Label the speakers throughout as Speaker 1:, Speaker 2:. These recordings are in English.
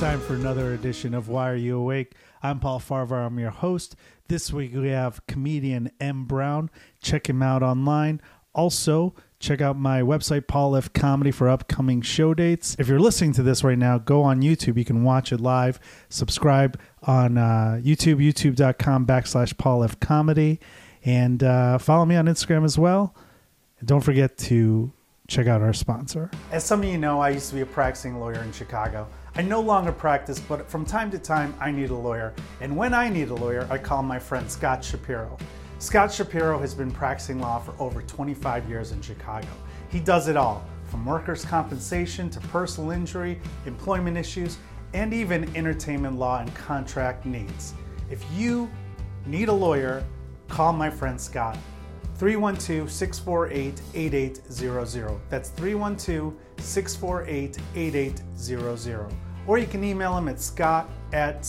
Speaker 1: time for another edition of Why Are You Awake? I'm Paul Farvar. I'm your host. This week we have comedian M. Brown. Check him out online. Also, check out my website, Paul F. Comedy, for upcoming show dates. If you're listening to this right now, go on YouTube. You can watch it live. Subscribe on uh, YouTube, youtube.com backslash Paul F. Comedy. And uh, follow me on Instagram as well. And don't forget to check out our sponsor. As some of you know, I used to be a practicing lawyer in Chicago. I no longer practice, but from time to time, I need a lawyer. And when I need a lawyer, I call my friend Scott Shapiro. Scott Shapiro has been practicing law for over 25 years in Chicago. He does it all from workers' compensation to personal injury, employment issues, and even entertainment law and contract needs. If you need a lawyer, call my friend Scott. 312 648 8800. That's 312 648 8800. Or you can email him at scott at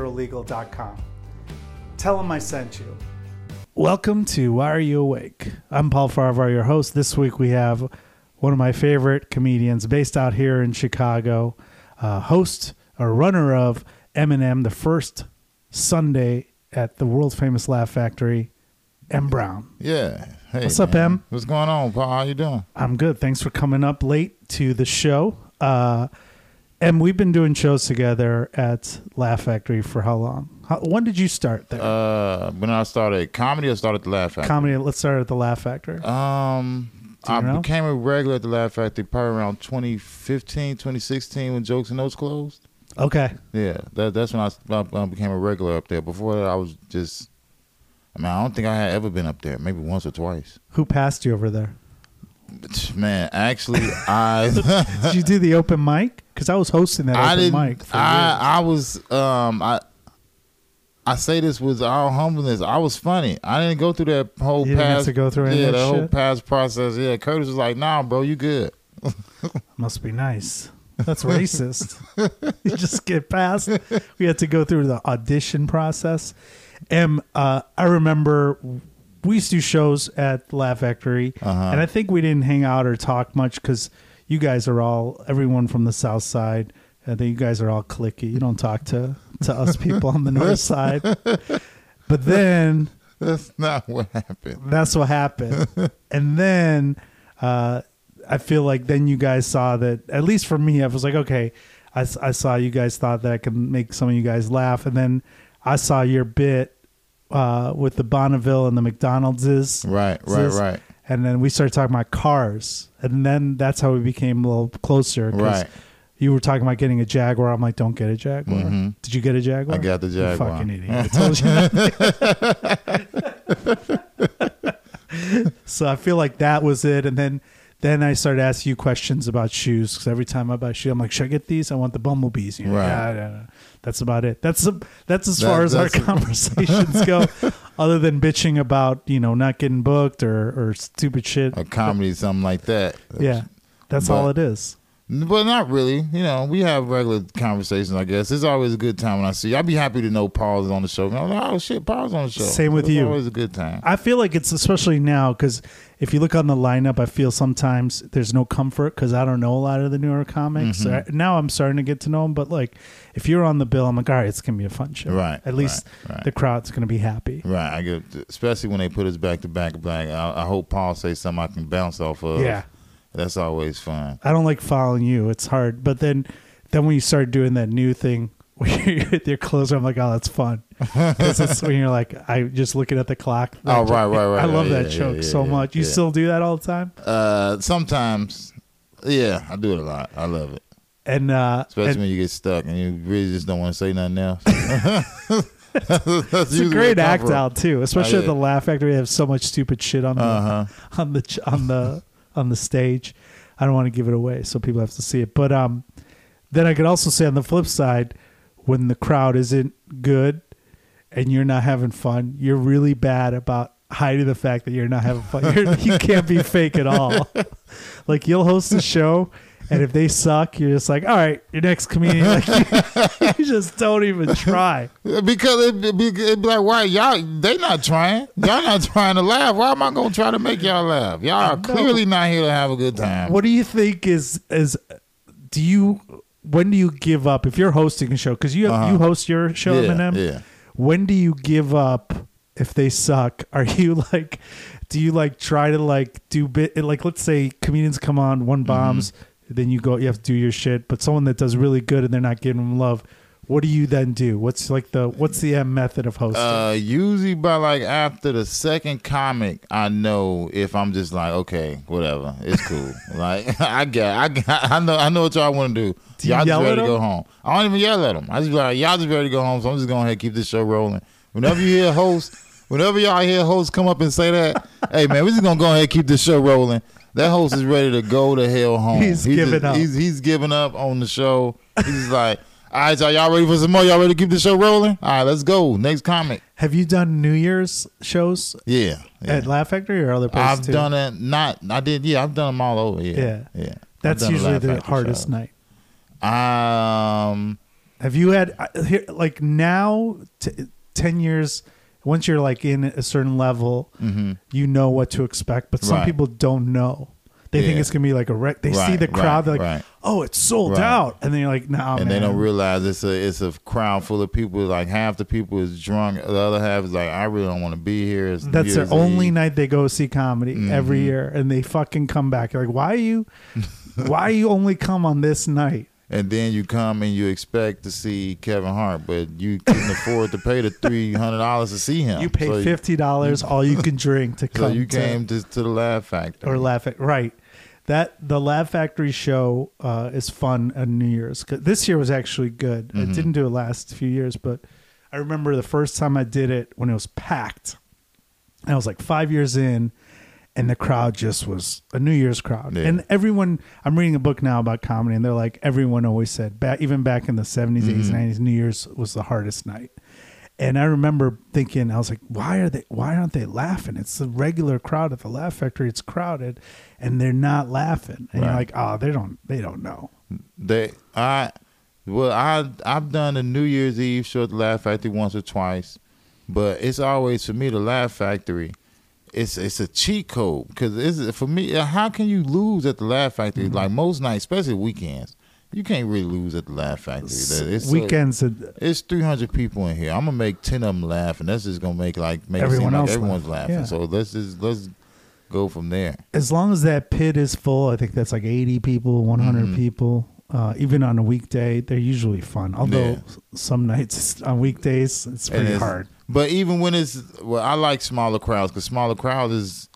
Speaker 1: scottshapirolegal.com. Tell him I sent you. Welcome to Why Are You Awake? I'm Paul Farvar, your host. This week we have one of my favorite comedians based out here in Chicago, uh, host or runner of Eminem the first Sunday at the world famous Laugh Factory, M. Brown.
Speaker 2: Yeah. Hey,
Speaker 1: What's up,
Speaker 2: man.
Speaker 1: Em?
Speaker 2: What's going on, Paul? How you doing?
Speaker 1: I'm good. Thanks for coming up late to the show. Uh, and we've been doing shows together at Laugh Factory for how long? How, when did you start there?
Speaker 2: Uh, when I started comedy, I started at the Laugh Factory.
Speaker 1: Comedy. Let's start at the Laugh Factory.
Speaker 2: uh, um,
Speaker 1: you
Speaker 2: I
Speaker 1: know?
Speaker 2: became a regular at the Laugh Factory probably around 2015, 2016 when Jokes and Notes closed.
Speaker 1: okay.
Speaker 2: Yeah, that, that's when I, I, I became a regular up there. Before that, I was just, I mean, I don't think I had ever been up there, maybe once or twice.
Speaker 1: Who passed you over there?
Speaker 2: But, man, actually, I.
Speaker 1: Did you do the open mic? Because I was hosting that
Speaker 2: I
Speaker 1: open
Speaker 2: didn't.
Speaker 1: mic. For
Speaker 2: I
Speaker 1: years.
Speaker 2: I was um I. I say this with all humbleness. I was funny. I didn't go through that whole
Speaker 1: You didn't have
Speaker 2: past.
Speaker 1: to go through any of
Speaker 2: yeah,
Speaker 1: that
Speaker 2: whole
Speaker 1: shit?
Speaker 2: past process. Yeah, Curtis was like, "Nah, bro, you good."
Speaker 1: Must be nice. That's racist. you just get past. We had to go through the audition process. And uh, I remember we used to do shows at Laugh Factory, and I think we didn't hang out or talk much because you guys are all everyone from the South Side. I think you guys are all clicky. You don't talk to to us people on the North Side. But then
Speaker 2: That's not what happened.
Speaker 1: that's what happened. and then uh, I feel like then you guys saw that, at least for me, I was like, okay, I, s- I saw you guys thought that I could make some of you guys laugh. And then I saw your bit uh, with the Bonneville and the McDonald's.
Speaker 2: Right, right, right.
Speaker 1: And then we started talking about cars. And then that's how we became a little closer. 'cause
Speaker 2: Right.
Speaker 1: You were talking about getting a Jaguar. I'm like, don't get a Jaguar. Did you get a Jaguar?
Speaker 2: Mm-hmm. I got the
Speaker 1: You
Speaker 2: Jaguar.
Speaker 1: fucking idiot. I told you not So I feel like that was it. And then then I started asking you questions about shoes because every time I buy a shoe, I'm like, should I get these? I want the bumblebees. You know,
Speaker 2: Right.
Speaker 1: "Yeah, yeah, yeah." That's about it. That's that's as
Speaker 2: That-
Speaker 1: far as our
Speaker 2: that's-
Speaker 1: conversations go, other than bitching about you know not getting booked or or stupid shit.
Speaker 2: A comedy, something like that.
Speaker 1: yeah, that's all it
Speaker 2: but-
Speaker 1: is.
Speaker 2: But not really. You know, we have regular conversations. I guess it's always a good time when I see. you. I'd be happy to know Paul's on the show. I'm like, oh shit, Paul's on the show.
Speaker 1: Same with
Speaker 2: It's
Speaker 1: you.
Speaker 2: Always a good time.
Speaker 1: I feel like it's especially now because if you look on the lineup, I feel sometimes there's no comfort because I don't know a lot of the newer comics. So I-
Speaker 2: Mm-hmm.
Speaker 1: now I'm starting to get to know them, but like if you're on the bill, I'm like, all right, it's gonna be a fun show.
Speaker 2: Right,
Speaker 1: At least
Speaker 2: right, right.
Speaker 1: the crowd's gonna be happy.
Speaker 2: Right, I get, especially when they put us back to back. Back, I, I hope Paul says something I can bounce off of.
Speaker 1: Yeah.
Speaker 2: that's always fun.
Speaker 1: I don't like following you. It's hard, but then then when you start doing that new thing. where you're with your closer, I'm like, oh, that's fun. Because that's when you're like, I just looking at the clock.
Speaker 2: Oh, right, right, right,
Speaker 1: I love
Speaker 2: right,
Speaker 1: that
Speaker 2: yeah,
Speaker 1: joke
Speaker 2: yeah,
Speaker 1: so
Speaker 2: yeah,
Speaker 1: much. You
Speaker 2: yeah.
Speaker 1: still do that all the time,
Speaker 2: Uh, sometimes, yeah, I do it a lot. I love it,
Speaker 1: and uh,
Speaker 2: especially
Speaker 1: and-
Speaker 2: when you get stuck and you really just don't want to say nothing else. it's
Speaker 1: It's a great act out too, especially at
Speaker 2: Oh, yeah.
Speaker 1: the Laugh Factory. They have so much stupid shit on the
Speaker 2: Uh-huh.
Speaker 1: on the ch- on the on the stage. I don't want to give it away, so people have to see it. But um, then I could also say on the flip side, when the crowd isn't good and you're not having fun, you're really bad about hiding the fact that you're not having fun. You're, you can't be fake at all. like you'll host a show. And if they suck, you're just like, all right, your next comedian. Like, you, you just don't even try.
Speaker 2: Because it would be, it'd be like, why y'all? They not trying. Y'all not trying to laugh. Why am I gonna try to make y'all laugh? Y'all are clearly not here to have a good time.
Speaker 1: What do you think is is do you when do you give up if you're hosting a show? Because you have, you host your show,
Speaker 2: Uh-huh. Yeah,
Speaker 1: Eminem.
Speaker 2: yeah.
Speaker 1: When do you give up if they suck? Are you like, do you like try to like do bit like let's say comedians come on
Speaker 2: Mm-hmm.
Speaker 1: one bombs, then you go you have to do your shit. But someone that does really good and they're not giving them love, what do you then do? What's like the what's the uh, method of hosting?
Speaker 2: Uh, usually by like after the second comic, I know if I'm just like, okay, whatever, it's cool. like I got, I got, I know, I know what y'all want to do.
Speaker 1: Do you
Speaker 2: y'all just
Speaker 1: yell
Speaker 2: ready
Speaker 1: at
Speaker 2: to go
Speaker 1: 'em?
Speaker 2: home. I don't even yell at them. I just be like, y'all just ready to go home. So I'm just going ahead and keep this show rolling. Whenever you hear hosts, whenever y'all hear hosts come up and say that, hey man, we just gonna go ahead and keep this show rolling. That host is ready to go to hell home.
Speaker 1: He's giving
Speaker 2: just-
Speaker 1: up.
Speaker 2: He's, he's giving up on the show. He's like, all right, y'all, y'all ready for some more? Y'all ready to keep the show rolling? All right, let's go. Next comic.
Speaker 1: have you done New Year's shows
Speaker 2: Yeah. yeah.
Speaker 1: at Laugh Factory or other places?
Speaker 2: I've
Speaker 1: too?
Speaker 2: done it. Not I did. Yeah, I've done them all over. Yeah,
Speaker 1: Yeah.
Speaker 2: yeah.
Speaker 1: That's
Speaker 2: I've done a
Speaker 1: usually
Speaker 2: Laugh
Speaker 1: the
Speaker 2: Factory
Speaker 1: hardest
Speaker 2: show.
Speaker 1: night.
Speaker 2: Um,
Speaker 1: Have you had I- here, like now t- ten years? Once you're like in a certain level, you know what to expect. But some
Speaker 2: Mm-hmm. Right.
Speaker 1: people don't know. They think
Speaker 2: Yeah.
Speaker 1: it's gonna be like a wreck. They see
Speaker 2: Right,
Speaker 1: the crowd, they're like,
Speaker 2: right, right.
Speaker 1: "Oh, it's sold
Speaker 2: Right.
Speaker 1: out," and then you're like, "Nah,
Speaker 2: and
Speaker 1: Oh, man."
Speaker 2: they don't realize it's a it's a crowd full of people. Like half the people is drunk. The other half is like, I really don't want to be here. It's New
Speaker 1: That's
Speaker 2: Year's
Speaker 1: their only
Speaker 2: Eve.
Speaker 1: night they go see comedy
Speaker 2: Mm-hmm.
Speaker 1: every year, and they fucking come back. You're like, "Why you? why you only come on this night?"
Speaker 2: And then you come and you expect to see Kevin Hart, but you couldn't afford to pay the three hundred dollars to see him.
Speaker 1: You pay
Speaker 2: So-
Speaker 1: fifty dollars, all you can drink to
Speaker 2: So
Speaker 1: come.
Speaker 2: you
Speaker 1: to-
Speaker 2: came to, to the Laugh Factory.
Speaker 1: or laugh at right that the Lab Factory show uh, is fun on New Year's. 'Cause This year was actually good. I didn't do it last few years, but I remember the first time I did it when it was packed. And I was like five years in, and the crowd just was a New Year's crowd.
Speaker 2: Yeah.
Speaker 1: And everyone, I'm reading a book now about comedy, and they're like, everyone always said, back, even back in the 70s,
Speaker 2: Mm-hmm.
Speaker 1: 80s, 90s, New Year's was the hardest night. And I remember thinking, I was like, why are they? Why aren't they laughing? It's the regular crowd at the Laugh Factory. It's crowded, and they're not laughing. And you're like,
Speaker 2: Right.
Speaker 1: oh, they don't. They don't know.
Speaker 2: They, I, well, I, I've done a New Year's Eve show at the Laugh Factory once or twice, but it's always for me the Laugh Factory. It's it's a cheat code because it's for me. uh, How can you lose at the Laugh Factory?
Speaker 1: Mm-hmm.
Speaker 2: Like most nights, especially weekends, you can't really lose at the Laugh Factory. It's so-
Speaker 1: Weekends. uh,
Speaker 2: it's 300 people in here. I'm gonna make 10 of them laugh, and that's just gonna make like make
Speaker 1: Everyone
Speaker 2: it seem
Speaker 1: else
Speaker 2: like everyone's
Speaker 1: laugh.
Speaker 2: laughing.
Speaker 1: Yeah.
Speaker 2: So let's just let's go from there.
Speaker 1: as long as that pit is full, I think that's like 80 people, 100
Speaker 2: Mm-hmm.
Speaker 1: people. Uh, even on a weekday, they're usually fun. Although
Speaker 2: Yeah.
Speaker 1: s- some nights on weekdays, it's
Speaker 2: And
Speaker 1: pretty
Speaker 2: it's-
Speaker 1: hard.
Speaker 2: But even when it's well, I like smaller crowds because smaller crowds is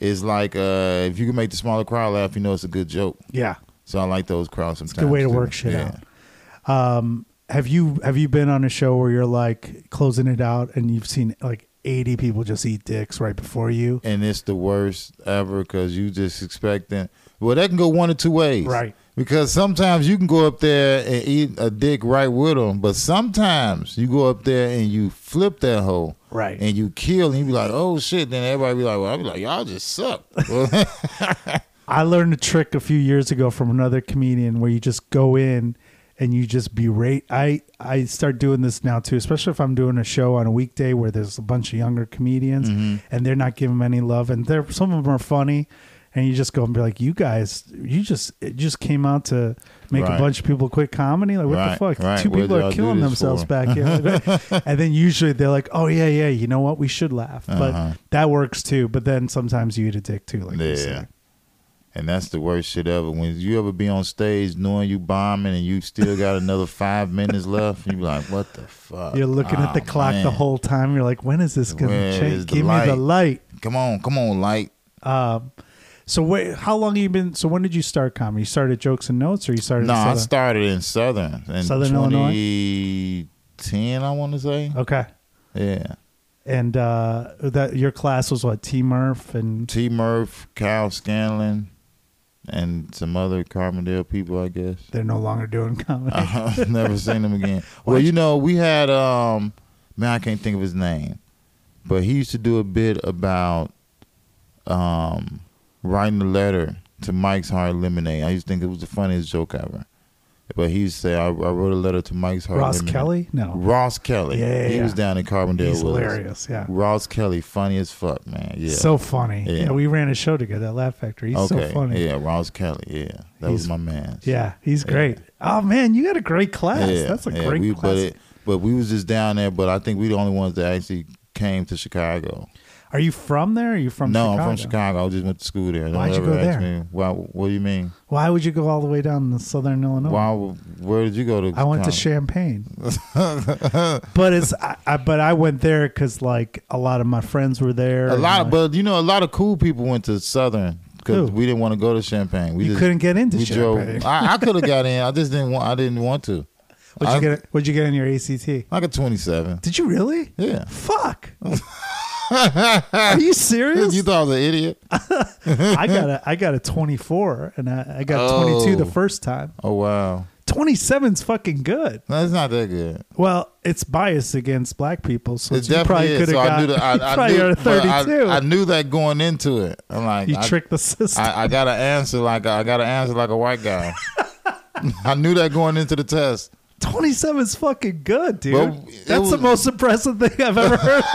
Speaker 2: is like uh, if you can make the smaller crowd laugh, you know it's a good joke.
Speaker 1: Yeah,
Speaker 2: So I like those crowds sometimes.
Speaker 1: good way to
Speaker 2: too.
Speaker 1: work shit
Speaker 2: Yeah.
Speaker 1: out. Um, have you have you been on a show where you're like closing it out and you've seen like 80 people just eat dicks right before you?
Speaker 2: and it's the worst ever because you just expecting. Well, that can go one of two ways,
Speaker 1: Right.
Speaker 2: Because sometimes you can go up there and eat a dick right with them, but sometimes you go up there and you flip that hole,
Speaker 1: Right.
Speaker 2: And you kill, and you be like, "Oh shit!" Then everybody be like, "Well, I be like, y'all just suck." Well,
Speaker 1: I learned a trick a few years ago from another comedian where you just go in and you just berate. I I start doing this now too, especially if I'm doing a show on a weekday where there's a bunch of younger comedians
Speaker 2: Mm-hmm.
Speaker 1: and they're not giving them any love, and they're some of them are funny, and you just go and be like, "You guys, you just it just came out to make a
Speaker 2: Right.
Speaker 1: bunch of people quit comedy. Like what
Speaker 2: Right,
Speaker 1: the fuck?
Speaker 2: right.
Speaker 1: Two
Speaker 2: What
Speaker 1: people
Speaker 2: did
Speaker 1: are
Speaker 2: y'all do
Speaker 1: killing
Speaker 2: this
Speaker 1: themselves
Speaker 2: for?"
Speaker 1: back here." and then usually they're like, "Oh yeah, yeah, you know what? We should laugh."
Speaker 2: Uh-huh.
Speaker 1: But that works too. But then sometimes you eat a dick too, like you said.
Speaker 2: yeah. And that's the worst shit ever. When you ever be on stage knowing you bombing and you still got another five minutes left, you be like, "What the fuck?"
Speaker 1: You're looking at the
Speaker 2: Oh,
Speaker 1: clock the
Speaker 2: man.
Speaker 1: whole time. You're like, when is this going
Speaker 2: Where
Speaker 1: to change?
Speaker 2: is the
Speaker 1: Give me the light.
Speaker 2: Come on, come on, light.
Speaker 1: Um, so wait, how long have you been? So when did you start comedy? You started jokes and notes, or you started?
Speaker 2: No, I
Speaker 1: Southern?
Speaker 2: started in Southern in
Speaker 1: Southern Illinois?
Speaker 2: 2010, I want to say.
Speaker 1: Okay,
Speaker 2: Yeah,
Speaker 1: and uh, that your class was what T Murph and
Speaker 2: T. Murph, Kyle Scanlon, and some other Carbondale people, I guess.
Speaker 1: they're no longer doing comedy.
Speaker 2: I've Uh-huh. never seen him again. Well, you know, we had um, man, I can't think of his name, but he used to do a bit about um, writing a letter to Mike's Hard Lemonade. I used to think it was the funniest joke ever. But he used to say, I, I wrote a letter to Mike's heart.
Speaker 1: Ross
Speaker 2: Wait a minute.
Speaker 1: Kelly? No.
Speaker 2: Ross Kelly.
Speaker 1: Yeah, yeah,
Speaker 2: he
Speaker 1: yeah.
Speaker 2: was down in Carbondale.
Speaker 1: He's
Speaker 2: with us.
Speaker 1: hilarious. Yeah.
Speaker 2: Ross Kelly, funny as fuck, man. Yeah.
Speaker 1: So funny.
Speaker 2: Yeah.
Speaker 1: Yeah. we ran a show together at Laugh Factory. He's
Speaker 2: okay.
Speaker 1: so funny.
Speaker 2: Yeah, Ross Kelly. Yeah, that was
Speaker 1: He's-
Speaker 2: my man.
Speaker 1: Yeah, he's great. Oh man, you got a great class. That's a
Speaker 2: yeah,
Speaker 1: great
Speaker 2: we,
Speaker 1: class.
Speaker 2: But, it, but we was just down there. But I think we the only ones that actually came to Chicago.
Speaker 1: Are you from there? Or are you from
Speaker 2: no,
Speaker 1: Chicago?
Speaker 2: I'm from Chicago. I just went to school there. Don't
Speaker 1: Why'd you
Speaker 2: ever
Speaker 1: go
Speaker 2: ask
Speaker 1: there?
Speaker 2: Me, why, what do you mean?
Speaker 1: Why would you go all the way down to Southern Illinois?
Speaker 2: Why? Where did you go to?
Speaker 1: Oh. I went to
Speaker 2: Chicago?
Speaker 1: Champaign, but it's I, I, but I went there because like a lot of my friends were there.
Speaker 2: A
Speaker 1: and,
Speaker 2: lot,
Speaker 1: like,
Speaker 2: of, but you know, a lot of cool people went to Southern because
Speaker 1: Who?
Speaker 2: we didn't want to go to Champagne. We
Speaker 1: you
Speaker 2: just,
Speaker 1: couldn't get into
Speaker 2: We
Speaker 1: Champaign.
Speaker 2: drove. I, I could have got in. I just didn't want. I didn't want to.
Speaker 1: What'd you
Speaker 2: I-
Speaker 1: get? What'd you get in your ACT?
Speaker 2: Like a 27.
Speaker 1: Did you really?
Speaker 2: Yeah.
Speaker 1: Fuck. Are you serious?
Speaker 2: You thought I was an idiot.
Speaker 1: I got a I got a 24 and I, I got
Speaker 2: Oh.
Speaker 1: 22 the first time.
Speaker 2: Oh wow,
Speaker 1: 27's fucking good.
Speaker 2: no, it's not that good.
Speaker 1: Well, it's biased against black people, so
Speaker 2: It
Speaker 1: you
Speaker 2: definitely
Speaker 1: probably
Speaker 2: is.
Speaker 1: could have
Speaker 2: So I
Speaker 1: got
Speaker 2: knew that. I,
Speaker 1: you
Speaker 2: I
Speaker 1: probably
Speaker 2: knew,
Speaker 1: are
Speaker 2: but I-
Speaker 1: 32.
Speaker 2: I, knew that going into it. I'm like,
Speaker 1: you
Speaker 2: I,
Speaker 1: tricked the system.
Speaker 2: I, I got to answer like I got to answer like a white guy. I knew that going into the test.
Speaker 1: 27 is fucking good, dude.
Speaker 2: Well, it
Speaker 1: That's the
Speaker 2: was-
Speaker 1: most impressive thing I've ever heard. Of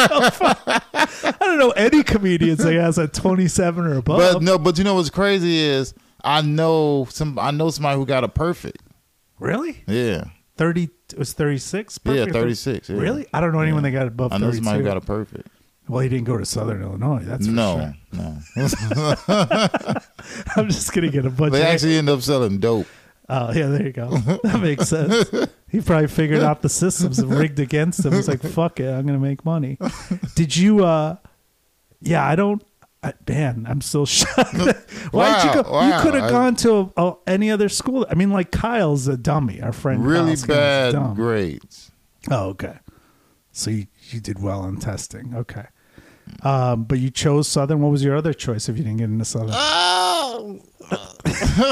Speaker 1: So far. I don't know any comedians that has a 27 or above.
Speaker 2: But no, but you know what's crazy is I know some. I know somebody who got a perfect.
Speaker 1: really,
Speaker 2: Yeah,
Speaker 1: 30 it was 36.
Speaker 2: yeah,
Speaker 1: Perfect?
Speaker 2: 36. yeah.
Speaker 1: Really, I don't know anyone that got above
Speaker 2: I know
Speaker 1: 32.
Speaker 2: somebody who got a perfect.
Speaker 1: well, he didn't go to Southern Illinois. That's for
Speaker 2: No,
Speaker 1: sure.
Speaker 2: no.
Speaker 1: I'm just gonna get a bunch.
Speaker 2: they
Speaker 1: of
Speaker 2: actually end up selling dope.
Speaker 1: Oh yeah, there you go. That makes sense. He probably figured out the systems and rigged against him. He's like, "Fuck it, I'm gonna make money." Did you? uh Yeah, I don't. I, man, I'm still shocked. Why'd you
Speaker 2: Wow,
Speaker 1: go?
Speaker 2: wow,
Speaker 1: you could have
Speaker 2: I-
Speaker 1: gone to a, a- any other school. I mean, like Kyle's a dummy. Our friend
Speaker 2: Really
Speaker 1: Kyle's
Speaker 2: bad
Speaker 1: dumb.
Speaker 2: grades.
Speaker 1: Oh, okay. So you you did well on testing. Okay. Um, but you chose Southern. What was your other choice if you didn't get into Southern?
Speaker 2: Oh,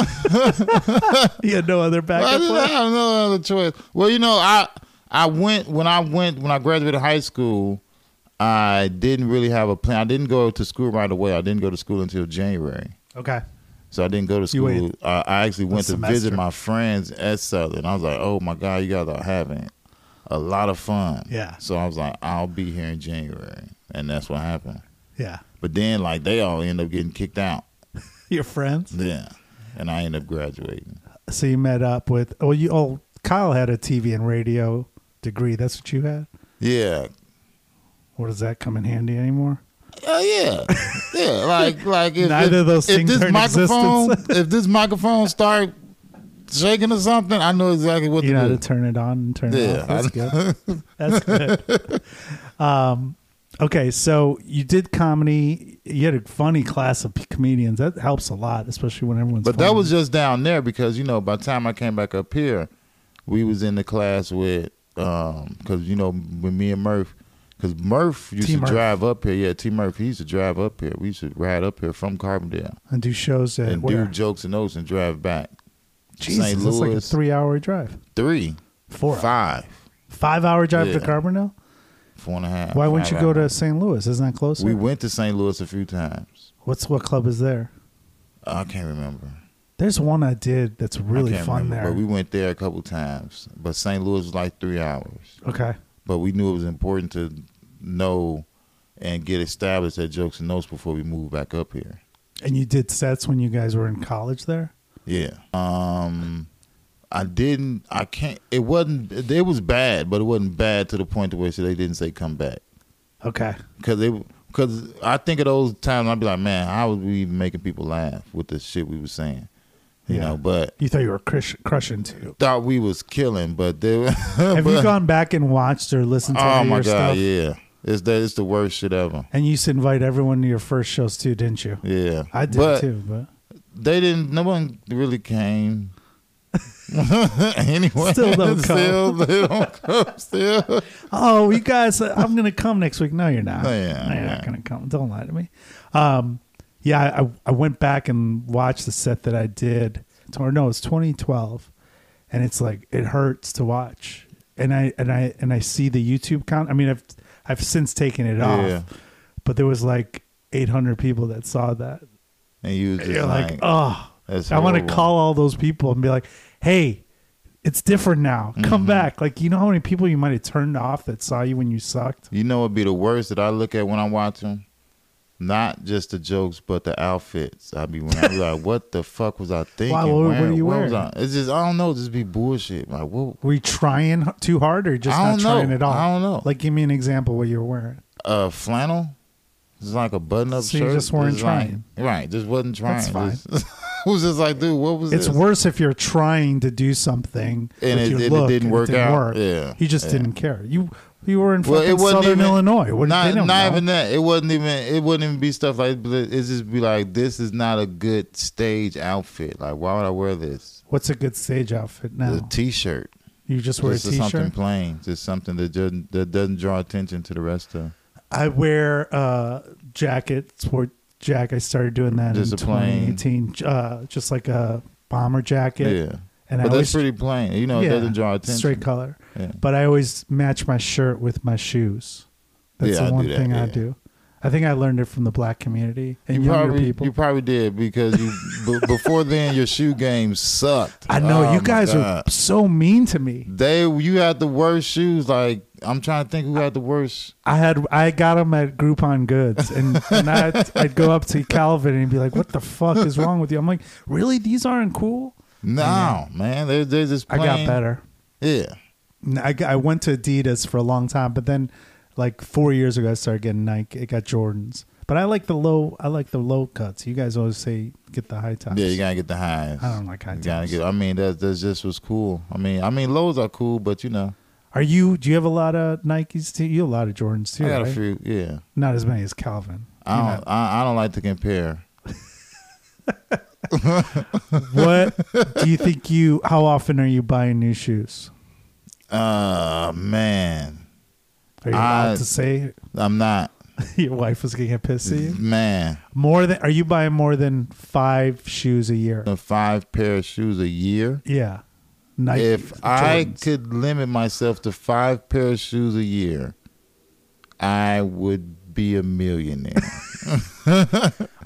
Speaker 1: you had no other
Speaker 2: I,
Speaker 1: backup
Speaker 2: didn't- I
Speaker 1: plan.
Speaker 2: have no other choice. Well, you know, I I went when I went when I graduated high school. I didn't really have a plan. I didn't go to school right away. I didn't go to school until January.
Speaker 1: Okay.
Speaker 2: So I didn't go to
Speaker 1: You waited
Speaker 2: school. I, I actually went to visit
Speaker 1: semester.
Speaker 2: my friends at Southern. I was like, oh my God, you guys are having a lot of fun.
Speaker 1: Yeah.
Speaker 2: So I was like, I'll be here in January. And that's what happened.
Speaker 1: Yeah.
Speaker 2: But then, like, they all end up getting kicked out.
Speaker 1: Your friends.
Speaker 2: Yeah. And I end up graduating.
Speaker 1: So you met up with oh you oh Kyle had a TV and radio degree. That's what you had.
Speaker 2: Yeah.
Speaker 1: Or does that come in handy anymore?
Speaker 2: Oh yeah, yeah. Like like if,
Speaker 1: Neither
Speaker 2: if,
Speaker 1: of those things
Speaker 2: if
Speaker 1: are
Speaker 2: this
Speaker 1: in
Speaker 2: microphone if this microphone start shaking or something, I know exactly what
Speaker 1: You know how
Speaker 2: to
Speaker 1: to
Speaker 2: do.
Speaker 1: turn it on and turn it
Speaker 2: Yeah,
Speaker 1: off. That's good. That's good. Um, okay, so you did comedy. You had a funny class of comedians. That helps a lot, especially when everyone's.
Speaker 2: But that
Speaker 1: funny.
Speaker 2: was just down there because you know by the time I came back up here, we was in the class with um because you know with me and Murph. Cause Murph used
Speaker 1: T.
Speaker 2: to
Speaker 1: Murph.
Speaker 2: drive up here. Yeah, T. Murph. He used to drive up here. We used to ride up here from Carbondale
Speaker 1: and do shows at
Speaker 2: and
Speaker 1: where?
Speaker 2: do jokes and those and drive back.
Speaker 1: Jesus,
Speaker 2: St.
Speaker 1: that's like a
Speaker 2: Louis.
Speaker 1: three-hour drive.
Speaker 2: Three,
Speaker 1: Four,
Speaker 2: five,
Speaker 1: five-hour drive to
Speaker 2: Yeah.
Speaker 1: Carbondale.
Speaker 2: four and a half.
Speaker 1: Why wouldn't you
Speaker 2: five
Speaker 1: go to
Speaker 2: hours.
Speaker 1: St. Louis? Isn't that closer?
Speaker 2: We went to St. Louis a few times.
Speaker 1: What's what club is there?
Speaker 2: I can't remember.
Speaker 1: There's one I did that's really
Speaker 2: I can't
Speaker 1: fun
Speaker 2: remember,
Speaker 1: there.
Speaker 2: But we went there a couple times. But St. Louis was like three hours.
Speaker 1: okay.
Speaker 2: But we knew it was important to know and get established at Jokes and Notes before we moved back up here.
Speaker 1: And you did sets when you guys were in college there?
Speaker 2: Yeah. Um, I didn't. I can't. It wasn't. It was bad, but it wasn't bad to the point to where they didn't say come back
Speaker 1: Okay.
Speaker 2: because they. Because I think of those times, I'd be like, man, how was we even making people laugh with the shit we was saying? You
Speaker 1: Yeah.
Speaker 2: know, but
Speaker 1: You thought you were crush- crushing too.
Speaker 2: thought we was killing, but they.
Speaker 1: Have you gone back and watched or listened to
Speaker 2: Oh
Speaker 1: any
Speaker 2: my
Speaker 1: of your
Speaker 2: god,
Speaker 1: stuff?
Speaker 2: yeah. It's the it's the worst shit ever.
Speaker 1: And you used to invite everyone to your first shows too, didn't you?
Speaker 2: Yeah.
Speaker 1: I did
Speaker 2: but
Speaker 1: too, but
Speaker 2: They didn't no one really came. anyway.
Speaker 1: Still don't come.
Speaker 2: still, They don't come still.
Speaker 1: oh, you guys, I'm gonna come next week. No, you're not.
Speaker 2: I am,
Speaker 1: No, you're
Speaker 2: Oh, yeah.
Speaker 1: not gonna come. Don't lie to me. Um, yeah, I, I went back and watched the set that I did. Or no, it's 2012, and it's like it hurts to watch. And I and I and I see the YouTube count. I mean, I've I've since taken it off,
Speaker 2: Yeah.
Speaker 1: but there was like 800 people that saw that.
Speaker 2: And you was just
Speaker 1: You're
Speaker 2: like,
Speaker 1: like, oh,
Speaker 2: that's
Speaker 1: I want to
Speaker 2: horrible.
Speaker 1: call all those people and be like, hey, it's different now.
Speaker 2: Mm-hmm.
Speaker 1: Come back. Like, you know how many people you might have turned off that saw you when you sucked?
Speaker 2: You know what'd be the worst that I look at when I watch them? Not just the jokes, but the outfits. I be when I be like, what the fuck was I thinking?
Speaker 1: Why? What- what
Speaker 2: man?
Speaker 1: are you
Speaker 2: was
Speaker 1: wearing?
Speaker 2: I- It's just I don't know. Just be bullshit. Like what?
Speaker 1: Were you trying h- too hard or just
Speaker 2: I
Speaker 1: not
Speaker 2: don't know.
Speaker 1: trying at all?
Speaker 2: I don't know.
Speaker 1: Like, give me an example of what you were wearing.
Speaker 2: uh flannel. It's like a button-up
Speaker 1: So you
Speaker 2: shirt.
Speaker 1: just weren't
Speaker 2: It's like-
Speaker 1: trying.
Speaker 2: right? Just wasn't trying.
Speaker 1: That's fine.
Speaker 2: Just- it was just like, dude, what was
Speaker 1: It's
Speaker 2: this?
Speaker 1: worse if you're trying to do something with
Speaker 2: And it-
Speaker 1: your
Speaker 2: and it
Speaker 1: look
Speaker 2: didn't
Speaker 1: and
Speaker 2: work
Speaker 1: it didn't
Speaker 2: out.
Speaker 1: Work.
Speaker 2: Yeah.
Speaker 1: you just
Speaker 2: Yeah.
Speaker 1: didn't care. You you were in
Speaker 2: Well,
Speaker 1: fucking
Speaker 2: it wasn't
Speaker 1: Southern
Speaker 2: even-
Speaker 1: Illinois. What,
Speaker 2: not
Speaker 1: they don't
Speaker 2: not
Speaker 1: know.
Speaker 2: even that. It wasn't even. It wouldn't even be stuff like. It's just be like, this is not a good stage outfit. Like, why would I wear this?
Speaker 1: What's a good stage outfit now?
Speaker 2: A t-shirt.
Speaker 1: you just wear a
Speaker 2: just something
Speaker 1: t-shirt.
Speaker 2: plain. Just something that doesn't that doesn't draw attention to the rest of.
Speaker 1: I wear uh, jacket, sport jacket. I started doing that
Speaker 2: Just
Speaker 1: in
Speaker 2: a plain-
Speaker 1: 2018, uh, just like a bomber
Speaker 2: Yeah,
Speaker 1: jacket. and I
Speaker 2: but
Speaker 1: always
Speaker 2: that's pretty plain. You know,
Speaker 1: yeah,
Speaker 2: it doesn't draw attention.
Speaker 1: straight color.
Speaker 2: Yeah.
Speaker 1: But I always match my shirt with my shoes. That's
Speaker 2: Yeah,
Speaker 1: the
Speaker 2: I do
Speaker 1: one
Speaker 2: that,
Speaker 1: thing I
Speaker 2: yeah.
Speaker 1: do. I think I learned it from the black community and
Speaker 2: You
Speaker 1: younger
Speaker 2: probably
Speaker 1: people.
Speaker 2: you probably did because you b- before then your shoe game sucked.
Speaker 1: I know
Speaker 2: Oh,
Speaker 1: you
Speaker 2: my
Speaker 1: guys are
Speaker 2: God.
Speaker 1: so mean to me.
Speaker 2: They you had the worst shoes. Like I'm trying to think who had the worst.
Speaker 1: I had I got them at Groupon Goods, and, and I'd, I'd go up to Calvin and be like, "What the fuck is wrong with you?" I'm like, "Really? These aren't cool."
Speaker 2: No man, they're they're just.
Speaker 1: I
Speaker 2: Plain.
Speaker 1: got better.
Speaker 2: Yeah,
Speaker 1: N- I, g- I went to Adidas for a long time, but then like four years ago, I started getting Nike. It got Jordans, but I like the low. I like the low cuts. You guys always say get the high tops.
Speaker 2: yeah, you gotta get the highs.
Speaker 1: I don't like high
Speaker 2: You gotta
Speaker 1: tops.
Speaker 2: get. I mean, that that's just was cool. I mean, I mean lows are cool, but you know,
Speaker 1: Are you? Do you have a lot of Nikes too? You have a lot of Jordans too,
Speaker 2: I got
Speaker 1: right?
Speaker 2: a few. Yeah,
Speaker 1: Not as many as Calvin.
Speaker 2: I
Speaker 1: You're
Speaker 2: don't. I, I don't like to compare.
Speaker 1: not- what do you think? You how often are you buying new shoes?
Speaker 2: Uh man,
Speaker 1: Are you allowed
Speaker 2: I-
Speaker 1: to say
Speaker 2: I'm not.
Speaker 1: your wife is gonna get pissed at
Speaker 2: mm.
Speaker 1: you?
Speaker 2: Man,
Speaker 1: More than are you buying more than five shoes a year?
Speaker 2: the five pair of shoes a year.
Speaker 1: Yeah, Nike.
Speaker 2: if I
Speaker 1: Jordans.
Speaker 2: could limit myself to five pair of shoes a year, I would be a millionaire.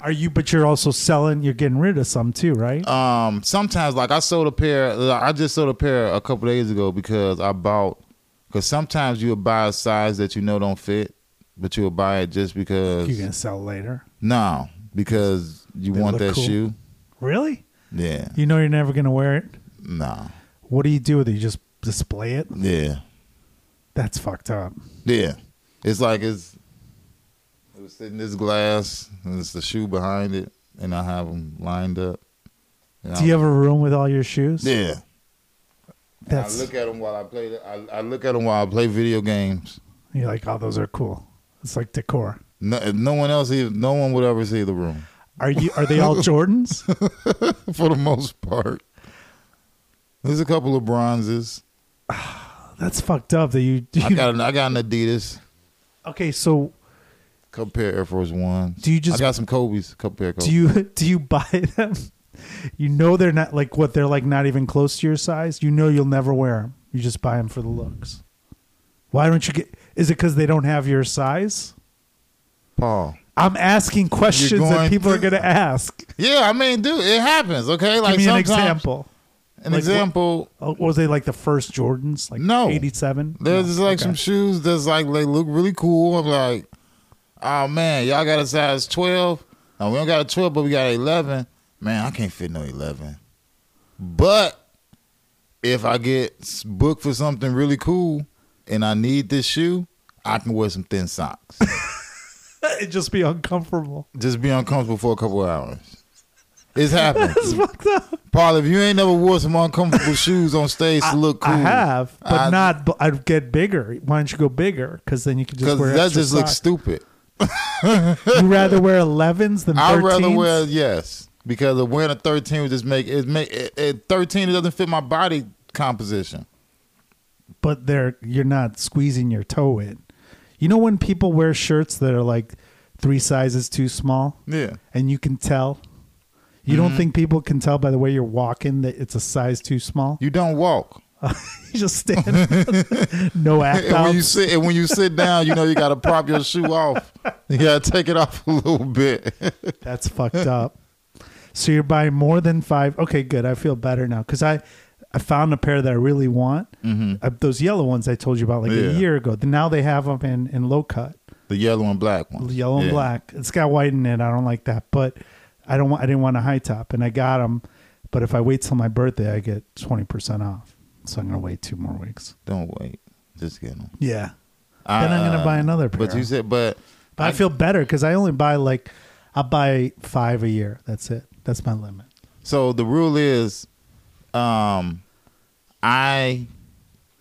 Speaker 1: Are you? But you're also selling. You're getting rid of some too, right?
Speaker 2: um, sometimes, like I sold a pair, like, I just sold a pair a couple days ago because I bought. Because sometimes you'll buy a size that you know don't fit, but you'll buy it just
Speaker 1: you're
Speaker 2: because.
Speaker 1: gonna sell later.
Speaker 2: No, because you
Speaker 1: They
Speaker 2: want
Speaker 1: look
Speaker 2: that
Speaker 1: cool.
Speaker 2: shoe.
Speaker 1: Really?
Speaker 2: Yeah.
Speaker 1: You know you're never gonna wear it.
Speaker 2: Nah.
Speaker 1: What do you do with it? You just display it?
Speaker 2: Yeah.
Speaker 1: That's fucked up.
Speaker 2: Yeah. It's like it's it was in this glass and it's the shoe behind it and I have them lined up. And
Speaker 1: Do you have a room with all your shoes?
Speaker 2: Yeah. And I
Speaker 1: That's
Speaker 2: look at them while I play the- I, I look at them while I play video games.
Speaker 1: you're like, oh, those are cool. It's like decor.
Speaker 2: No, no one else here, no one would ever see the room
Speaker 1: Are you? Are they all Jordans?
Speaker 2: for the most part. There's a couple of bronzes.
Speaker 1: That's fucked up. That you.
Speaker 2: I got an, I got an Adidas,
Speaker 1: okay, so
Speaker 2: couple pair of Air Force Ones.
Speaker 1: Do you just-
Speaker 2: I got some Kobe's, couple pair of Kobe's.
Speaker 1: do you do you buy them? You know they're not like what they're like not even close to your size. You know you'll never wear them. You just buy them for the looks. Why don't you get? Is it because they don't have your size?
Speaker 2: Paul?
Speaker 1: I'm asking questions that
Speaker 2: going
Speaker 1: people are
Speaker 2: to-
Speaker 1: going to ask.
Speaker 2: Yeah, I mean, dude, it happens. Okay, like
Speaker 1: Give me an
Speaker 2: sometimes-
Speaker 1: example.
Speaker 2: An
Speaker 1: Like what-
Speaker 2: example.
Speaker 1: Oh, was they like the first Jordans? Like
Speaker 2: No.
Speaker 1: 87?
Speaker 2: There's
Speaker 1: No.
Speaker 2: just like
Speaker 1: Okay.
Speaker 2: some shoes that's like they look really cool. I'm like, oh man, y'all got a size twelve. No, we don't got a twelve, but we got an eleven. Man, I can't fit no eleven. But if I get s- booked for something really cool and I need this shoe, I can wear some thin socks.
Speaker 1: It'd just be uncomfortable.
Speaker 2: just be uncomfortable for a couple of hours. It's happened.
Speaker 1: It's fucked up.
Speaker 2: Paul, if you ain't never wore some uncomfortable shoes on stage to look cool, Uh,
Speaker 1: I have, but
Speaker 2: I-
Speaker 1: not. But I'd get bigger. Why don't you go bigger? Because then you can just
Speaker 2: because
Speaker 1: wear.
Speaker 2: that
Speaker 1: extra
Speaker 2: just looks
Speaker 1: size.
Speaker 2: stupid.
Speaker 1: You rather wear 11s than 13s?
Speaker 2: I'd rather wear yes because the wearing a thirteen would just make it make it, it thirteen. It doesn't fit my body composition.
Speaker 1: but they're you're not squeezing your toe in. You know when people wear shirts that are like three sizes too small,
Speaker 2: Yeah,
Speaker 1: and you can tell. You don't think people can tell by the way you're walking that it's a size too small? You,
Speaker 2: you don't walk.
Speaker 1: just stand, no act
Speaker 2: And when you
Speaker 1: out.
Speaker 2: sit and when you sit down, you know you got to prop your shoe off. You got to take it off a little bit.
Speaker 1: That's fucked up. So you're buying more than five. Okay, good. I feel better now because I, I found a pair that I really want.
Speaker 2: Mhm.
Speaker 1: Uh, those yellow ones I told you about like
Speaker 2: Yeah.
Speaker 1: a year ago. Now they have them in, in low cut,
Speaker 2: The yellow and black one.
Speaker 1: yellow and
Speaker 2: Yeah.
Speaker 1: black. It's got white in it. I don't like that, but I don't want. I didn't want a high top, and I got them. But if I wait till my birthday, I get twenty percent off. So I'm gonna wait two more weeks.
Speaker 2: Don't wait. Just get them.
Speaker 1: Yeah, Then I'm gonna buy another
Speaker 2: But
Speaker 1: pair.
Speaker 2: Uh, um, you said, but
Speaker 1: but I, feel better because I only buy like I buy five a year. That's it. That's my limit.
Speaker 2: so the rule is, um, I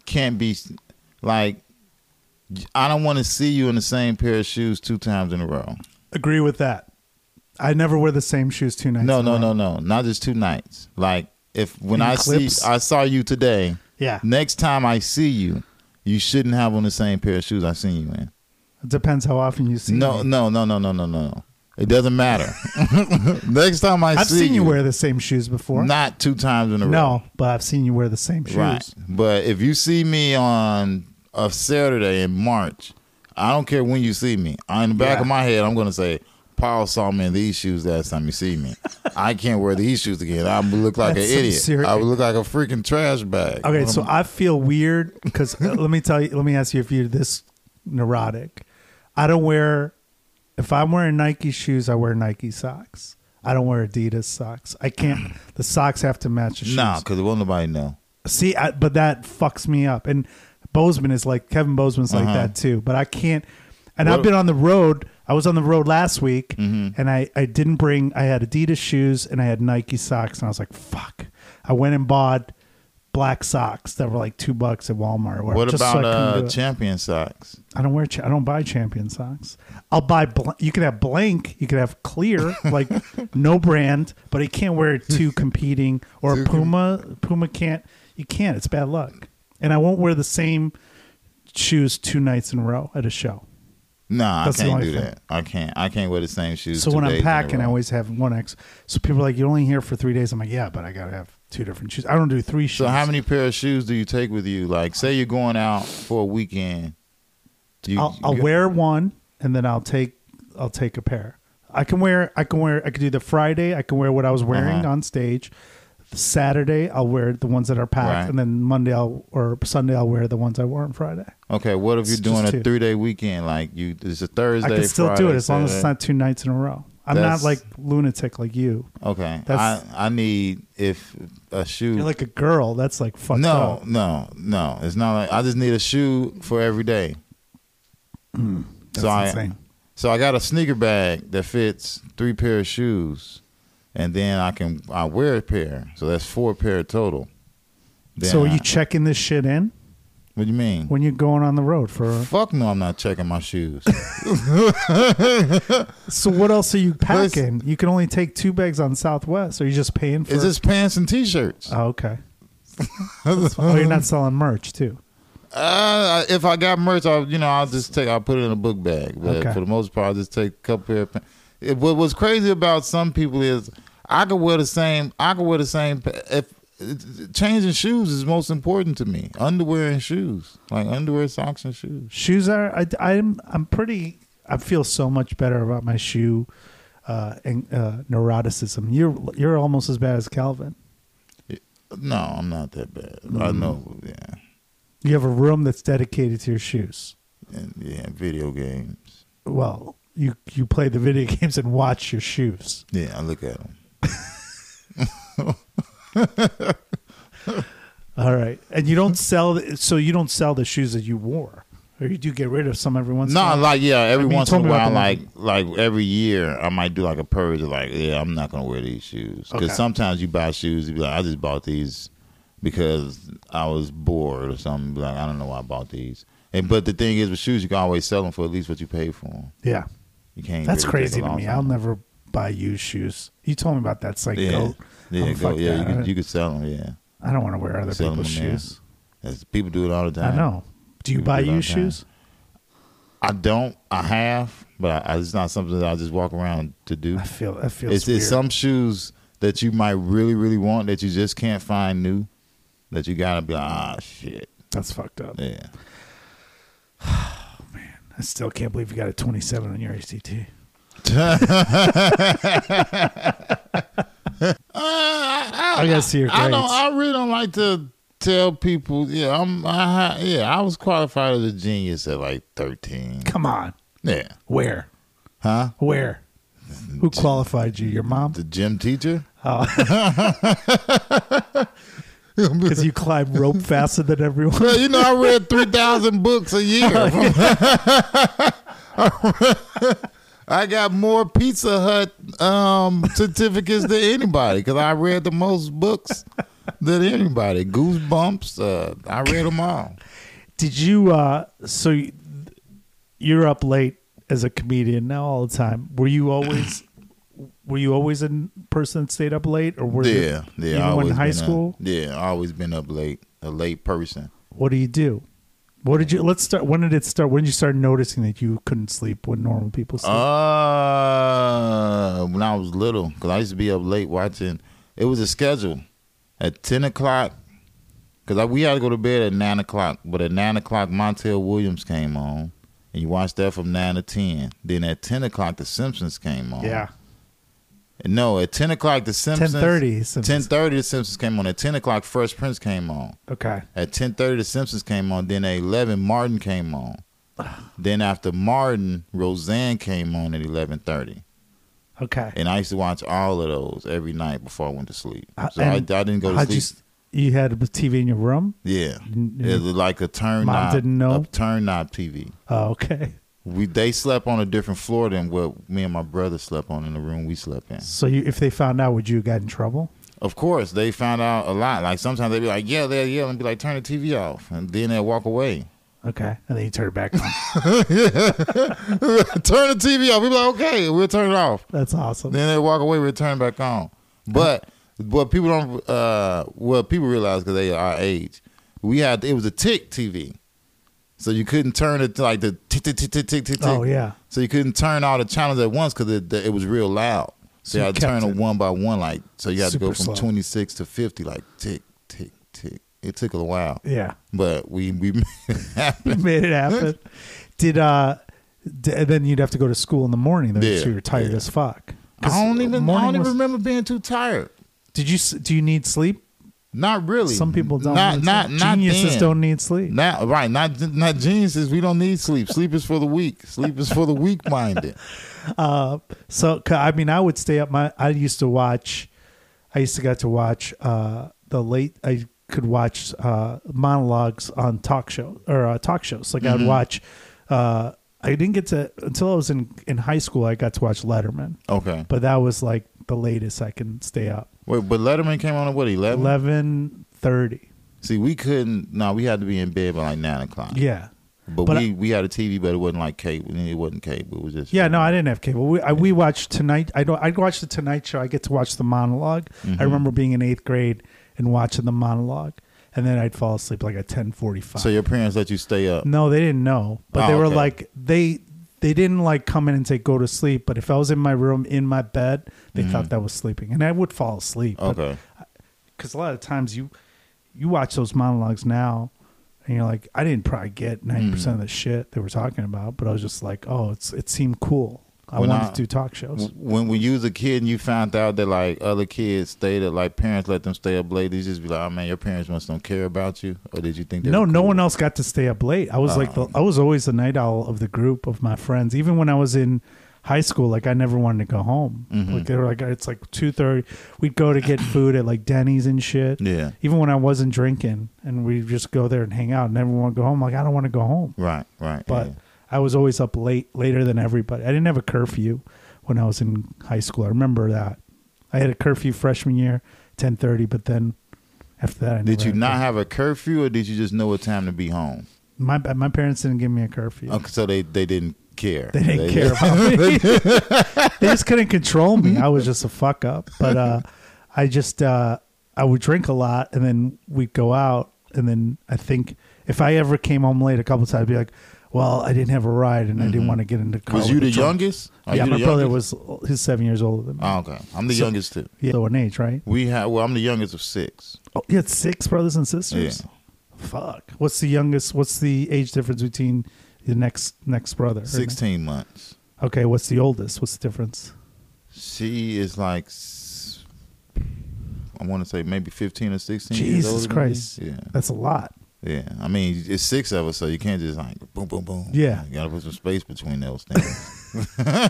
Speaker 2: can't be like, I don't want to see you in the same pair of shoes two times in a row.
Speaker 1: Agree with that. I never wear the same shoes two nights.
Speaker 2: No,
Speaker 1: in a
Speaker 2: no,
Speaker 1: row.
Speaker 2: no, no, not just two nights. Like if when
Speaker 1: In
Speaker 2: I
Speaker 1: clips?
Speaker 2: see, I saw you today.
Speaker 1: Yeah,
Speaker 2: Next time I see you, you shouldn't have on the same pair of shoes I seen you in.
Speaker 1: it depends how often you see.
Speaker 2: No,
Speaker 1: me.
Speaker 2: no, no, no, no, no, no. It doesn't matter. Next time I
Speaker 1: I've
Speaker 2: see
Speaker 1: seen you wear the same shoes before.
Speaker 2: not two times in a row.
Speaker 1: No, but I've seen you wear the same shoes.
Speaker 2: right. But if you see me on a Saturday in March, I don't care when you see me. In the back
Speaker 1: Yeah.
Speaker 2: of my head, I'm gonna say. Paul saw me in these shoes last time you see me. I can't wear these shoes again. I would look like
Speaker 1: That's
Speaker 2: an
Speaker 1: some
Speaker 2: idiot.
Speaker 1: serious-
Speaker 2: I would look like a freaking trash bag.
Speaker 1: Okay,
Speaker 2: What
Speaker 1: so
Speaker 2: am-
Speaker 1: I feel weird because let me tell you. Let me ask you if you're this neurotic. I don't wear. If I'm wearing Nike shoes, I wear Nike socks. I don't wear Adidas socks. I can't. The socks have to match the shoes.
Speaker 2: nah, because it won't nobody know.
Speaker 1: See, I, but that fucks me up. And Bozeman is like Kevin Bozeman's like
Speaker 2: Uh-huh.
Speaker 1: that too. But I can't. And I've
Speaker 2: What- Mm-hmm.
Speaker 1: been on the road. I was on the road last week, and I I didn't bring. I had Adidas shoes and I had Nike socks, and I was like, fuck. I went and bought black socks that were like two bucks at Walmart. Or whatever,
Speaker 2: What
Speaker 1: just so
Speaker 2: about
Speaker 1: I, couldn't do
Speaker 2: uh,
Speaker 1: it.
Speaker 2: champion socks?
Speaker 1: I don't wear. Cha- I don't buy Champion socks. I'll buy. Bl- you can have blank. You can have clear. Like no brand, but you can't wear two competing or
Speaker 2: Two com-
Speaker 1: Puma. Puma can't. You can't. It's bad luck. And I won't wear the same shoes two nights in a row at a show.
Speaker 2: Nah,
Speaker 1: That's
Speaker 2: I
Speaker 1: the
Speaker 2: can't
Speaker 1: only
Speaker 2: do
Speaker 1: thing.
Speaker 2: that. I can't. I can't wear the same shoes.
Speaker 1: So
Speaker 2: two
Speaker 1: when
Speaker 2: days
Speaker 1: I'm
Speaker 2: in a
Speaker 1: packing, I
Speaker 2: row.
Speaker 1: always have one X. So people are like, you're only here for three days. I'm like, yeah, but I gotta have two different shoes. I don't do three shoes.
Speaker 2: So how many pair of shoes do you take with you? Like, say you're going out for a weekend. Do you,
Speaker 1: I'll, I'll
Speaker 2: you-
Speaker 1: wear one and then I'll take I'll take a pair. I can wear I can wear I could do the Friday. I can wear what I was wearing
Speaker 2: Uh-huh.
Speaker 1: on stage. Saturday I'll wear the ones that are packed,
Speaker 2: Right.
Speaker 1: and then Monday I'll or Sunday I'll wear the ones I wore on Friday.
Speaker 2: Okay, what if you're
Speaker 1: It's
Speaker 2: doing
Speaker 1: just
Speaker 2: a
Speaker 1: two.
Speaker 2: three day weekend? Like you, it's a Thursday.
Speaker 1: I can still do it
Speaker 2: Friday,
Speaker 1: as long as it's
Speaker 2: Saturday.
Speaker 1: not two nights in a row. I'm
Speaker 2: That's-
Speaker 1: not like lunatic like you.
Speaker 2: Okay,
Speaker 1: That's-
Speaker 2: I I need if a shoe.
Speaker 1: You're like a girl. That's like fucked
Speaker 2: no,
Speaker 1: up.
Speaker 2: no, no. It's not like I just need a shoe for every day.
Speaker 1: Hmm, That's
Speaker 2: so I-
Speaker 1: insane.
Speaker 2: So I got a sneaker bag that fits three pair of shoes, and then I can I wear a pair. So that's four pair total. Then
Speaker 1: so are
Speaker 2: I-
Speaker 1: you checking this shit in
Speaker 2: What do you mean?
Speaker 1: when you're going on the road for?
Speaker 2: Fuck no, I'm not checking my shoes.
Speaker 1: So what else are you
Speaker 2: Let's-
Speaker 1: packing? You can only take two bags on Southwest. Are you just paying for?
Speaker 2: it's just pants and t-shirts.
Speaker 1: Oh, okay. That's fine. oh, you're not selling merch too.
Speaker 2: Uh, if I got merch, I you know I'll just take I'll put it in a book bag. But
Speaker 1: Okay.
Speaker 2: for the most part, I'll just take a couple pair. Of pants. It, what was crazy about some people is I could wear the same. I could wear the same. pa- If changing shoes is most important to me, underwear and shoes, like underwear, socks, and shoes.
Speaker 1: Shoes are. I, I'm. I'm pretty. I feel so much better about my shoe uh, and uh, neuroticism. You're. You're almost as bad as Calvin.
Speaker 2: No, I'm not that bad. I know. Yeah,
Speaker 1: You have a room that's dedicated to your shoes.
Speaker 2: and, yeah. Video games.
Speaker 1: Well, you you play the video games and watch your shoes.
Speaker 2: Yeah, I look at them.
Speaker 1: All right, and you don't sell. So you don't sell the shoes that you wore, or you do get rid of some every once. in a
Speaker 2: No,
Speaker 1: while?
Speaker 2: like yeah, every
Speaker 1: mean, you
Speaker 2: once in
Speaker 1: told
Speaker 2: a
Speaker 1: me about
Speaker 2: while,
Speaker 1: the
Speaker 2: like like every year, I might do like a purge. of Like yeah, I'm not gonna wear these shoes because
Speaker 1: Okay.
Speaker 2: sometimes you buy shoes, you be like, I just bought these because I was bored or something. Be Like I don't know why I bought these. And but the thing is, with shoes, you can always sell them for at least what you paid for them.
Speaker 1: Yeah.
Speaker 2: You can't.
Speaker 1: That's
Speaker 2: really take
Speaker 1: crazy
Speaker 2: a
Speaker 1: to
Speaker 2: loss
Speaker 1: me.
Speaker 2: on
Speaker 1: I'll
Speaker 2: them.
Speaker 1: never buy used shoes. You told me about that psycho.
Speaker 2: Yeah,
Speaker 1: goat.
Speaker 2: yeah,
Speaker 1: I'm
Speaker 2: go,
Speaker 1: fuck
Speaker 2: yeah. You
Speaker 1: that.
Speaker 2: could, you could sell them. Yeah,
Speaker 1: I don't want to wear other
Speaker 2: Sell 'em
Speaker 1: people's
Speaker 2: on there.
Speaker 1: shoes.
Speaker 2: That's, people do it all the time.
Speaker 1: I know. Do you
Speaker 2: People
Speaker 1: buy
Speaker 2: do it all
Speaker 1: used
Speaker 2: the time.
Speaker 1: shoes?
Speaker 2: I don't. I have, but I, it's not something that I just walk around to do.
Speaker 1: I feel that feels
Speaker 2: It's,
Speaker 1: weird.
Speaker 2: it's some shoes that you might really, really want that you just can't find new. That you gotta be like, ah, shit.
Speaker 1: That's fucked up.
Speaker 2: Yeah.
Speaker 1: I still can't believe you got a 27 on your ACT.
Speaker 2: Uh, I, I
Speaker 1: I gotta see your
Speaker 2: I don't.
Speaker 1: grades.
Speaker 2: I really don't like to tell people. Yeah, I'm. I, ha- yeah, I was qualified as a genius at like thirteen.
Speaker 1: Come on.
Speaker 2: Yeah,
Speaker 1: Where?
Speaker 2: huh?
Speaker 1: Where? Who qualified you? Your mom?
Speaker 2: The gym teacher.
Speaker 1: Because you climb rope faster than everyone.
Speaker 2: Well, you know, I read three thousand books a year.
Speaker 1: Oh,
Speaker 2: I got more Pizza Hut um, certificates than anybody because I read the most books than anybody. Goosebumps, uh, I read them all.
Speaker 1: Did you? uh So you- you're up late as a comedian now all the time. Were you always? Were you always a person that stayed up late, or were you-
Speaker 2: yeah, yeah.
Speaker 1: Even when
Speaker 2: always
Speaker 1: in high
Speaker 2: been
Speaker 1: school.
Speaker 2: A, yeah, always been up late, a late person.
Speaker 1: What do you do? What did you? Let's start. When did it start? When did you start noticing that you couldn't sleep when normal people sleep?
Speaker 2: Uh, when I was little, because I used to be up late watching. It was a schedule at ten o'clock, because we had to go to bed at nine o'clock. But at nine o'clock, Montel Williams came on, and you watched that from nine to ten. Then at ten o'clock, The Simpsons came on.
Speaker 1: yeah,
Speaker 2: No, at ten o'clock, The
Speaker 1: ten
Speaker 2: Simpsons.
Speaker 1: thirty.
Speaker 2: Ten thirty, The Simpsons came on. At ten o'clock, Fresh Prince came on.
Speaker 1: Okay.
Speaker 2: At ten thirty, The Simpsons came on. Then at eleven, Martin came on. then after Martin, Roseanne came on at eleven thirty,
Speaker 1: Okay.
Speaker 2: and I used to watch all of those every night before I went to sleep.
Speaker 1: Uh,
Speaker 2: So I, I
Speaker 1: and
Speaker 2: didn't go to
Speaker 1: How'd
Speaker 2: sleep.
Speaker 1: you? s- You had a TV in your room.
Speaker 2: yeah,
Speaker 1: N-
Speaker 2: it was like a turn
Speaker 1: Mom
Speaker 2: knob,
Speaker 1: didn't know?
Speaker 2: a turn knob TV.
Speaker 1: Oh, okay.
Speaker 2: We they slept on a different floor than what me and my brother slept on in the room we slept in.
Speaker 1: So you, if they found out, would you have got in trouble?
Speaker 2: Of course, they found out a lot. Like sometimes they'd be like, "Yeah, they'll yell," and be like, "Turn the TV off," and then they'd walk away.
Speaker 1: Okay, and then you turn it back on.
Speaker 2: turn the TV off. We be like, "Okay, we'll turn it off."
Speaker 1: That's awesome.
Speaker 2: Then they walk away, return back on. But what people don't, uh, what people realize because they are our age, we had it was a tick TV, so you couldn't turn it to like the tick tick tick tick tick tick. tick.
Speaker 1: Oh yeah.
Speaker 2: So you couldn't turn all the channels at once because it, it was real loud. So
Speaker 1: So you
Speaker 2: you had to
Speaker 1: kept
Speaker 2: turn
Speaker 1: it
Speaker 2: it one by one, like so you had to go
Speaker 1: super
Speaker 2: from
Speaker 1: slow.
Speaker 2: twenty six to fifty, like tick tick tick. It took a while,
Speaker 1: Yeah.
Speaker 2: but we we made it happen.
Speaker 1: You made it happen. Did uh d- and then you'd have to go to school in the morning though,
Speaker 2: Yeah,
Speaker 1: so you're tired
Speaker 2: yeah.
Speaker 1: as fuck.
Speaker 2: I
Speaker 1: 'Cause
Speaker 2: don't even I
Speaker 1: morning
Speaker 2: don't even
Speaker 1: was-
Speaker 2: remember being too tired.
Speaker 1: Did you s- do you need sleep?
Speaker 2: Not really.
Speaker 1: Some people don't.
Speaker 2: Not
Speaker 1: need
Speaker 2: not
Speaker 1: sleep.
Speaker 2: not
Speaker 1: geniuses
Speaker 2: then.
Speaker 1: don't need sleep.
Speaker 2: Not right, not not geniuses. We don't need sleep. Sleep is for the weak. Sleep is for the weak minded.
Speaker 1: Uh, so 'cause, I mean, I would stay up. My I used to watch. I used to got to watch uh the late. I could watch uh monologues on talk show or uh, talk shows. Like
Speaker 2: Mm-hmm.
Speaker 1: I'd watch. uh I didn't get to until I was in in high school. I got to watch Letterman,
Speaker 2: Okay.
Speaker 1: but that was like the latest I can stay up.
Speaker 2: Wait, but Letterman came on at what, eleven?
Speaker 1: Eleven thirty.
Speaker 2: See, we couldn't no, we had to be in bed by like nine o'clock.
Speaker 1: Yeah.
Speaker 2: But,
Speaker 1: but
Speaker 2: we, we had a TV but it wasn't like cable. It wasn't cable. It was just
Speaker 1: Yeah, no, I didn't have cable. We I, we watched tonight. I don't. I'd watch the Tonight Show. I get to watch the monolog
Speaker 2: Mm-hmm.
Speaker 1: I remember being in eighth grade and watching the monologue, and then I'd fall asleep like at ten forty five.
Speaker 2: So your parents let you stay up.
Speaker 1: no, they didn't know, but
Speaker 2: Oh,
Speaker 1: they were
Speaker 2: okay.
Speaker 1: like they they didn't like come in and say go to sleep. But if I was in my room in my bed, they thought that was sleeping, and I would fall asleep.
Speaker 2: Mm-hmm. Okay.
Speaker 1: because a lot of times you you watch those monologues now. And you're like, I didn't probably get ninety percent
Speaker 2: Mm.
Speaker 1: of the shit they were talking about, but I was just like, oh, it's it seemed cool. I
Speaker 2: When
Speaker 1: wanted
Speaker 2: I-
Speaker 1: to do talk shows.
Speaker 2: When when you was a kid and you found out that like other kids stayed up like parents let them stay up late, did you just be like, Oh man, your parents must don't care about you? Or did you think they
Speaker 1: no,
Speaker 2: were
Speaker 1: no
Speaker 2: cool? Oh.
Speaker 1: one else got to stay up late. I was like, the, I was always the night owl of the group of my friends. Even when I was in high school, like I never wanted to go home.
Speaker 2: Mm-hmm.
Speaker 1: Like they were like, it's like two thirty. We'd go to get food at like Denny's and shit.
Speaker 2: Yeah.
Speaker 1: Even when I wasn't drinking, and we just go there and hang out, and everyone would go home. Like I don't want to go home,
Speaker 2: Right, right.
Speaker 1: but
Speaker 2: yeah.
Speaker 1: I was always up late, later than everybody. I didn't have a curfew when I was in high school. I remember that. I had a curfew freshman year, ten thirty, but then after that, I never
Speaker 2: Did you
Speaker 1: had a
Speaker 2: not have a curfew, or did you just know what time to be home?
Speaker 1: My my parents didn't give me a curfew.
Speaker 2: Okay, so they they didn't care.
Speaker 1: Uh, They didn't care about me. they just couldn't control me. I was just a fuck up. But uh, I just uh, I would drink a lot, and then we'd go out, and then I think if I ever came home late a couple times, I'd be like, "Well, I didn't have a ride, and I didn't want to get into." the car
Speaker 2: Mm-hmm. Was you
Speaker 1: with
Speaker 2: the
Speaker 1: drunk."
Speaker 2: youngest? Are
Speaker 1: yeah,
Speaker 2: Oh, you
Speaker 1: my
Speaker 2: the
Speaker 1: brother
Speaker 2: youngest?
Speaker 1: was he's seven years older than me.
Speaker 2: Oh, okay, I'm the
Speaker 1: So-
Speaker 2: youngest too.
Speaker 1: yeah, so in age, right?
Speaker 2: We have. Well, I'm the youngest of six.
Speaker 1: Oh, you had six brothers and sisters.
Speaker 2: Yeah.
Speaker 1: Fuck. What's the youngest? What's the age difference between the next next brother? or next-
Speaker 2: Sixteen months.
Speaker 1: Okay, what's the oldest? What's the difference?
Speaker 2: She is like s- I want to say maybe fifteen or sixteen. years older
Speaker 1: Jesus
Speaker 2: than me.
Speaker 1: Christ.
Speaker 2: Yeah,
Speaker 1: That's a lot.
Speaker 2: yeah. I mean, it's six of us, so you can't just like boom, boom, boom.
Speaker 1: Yeah.
Speaker 2: you gotta put some space between those things.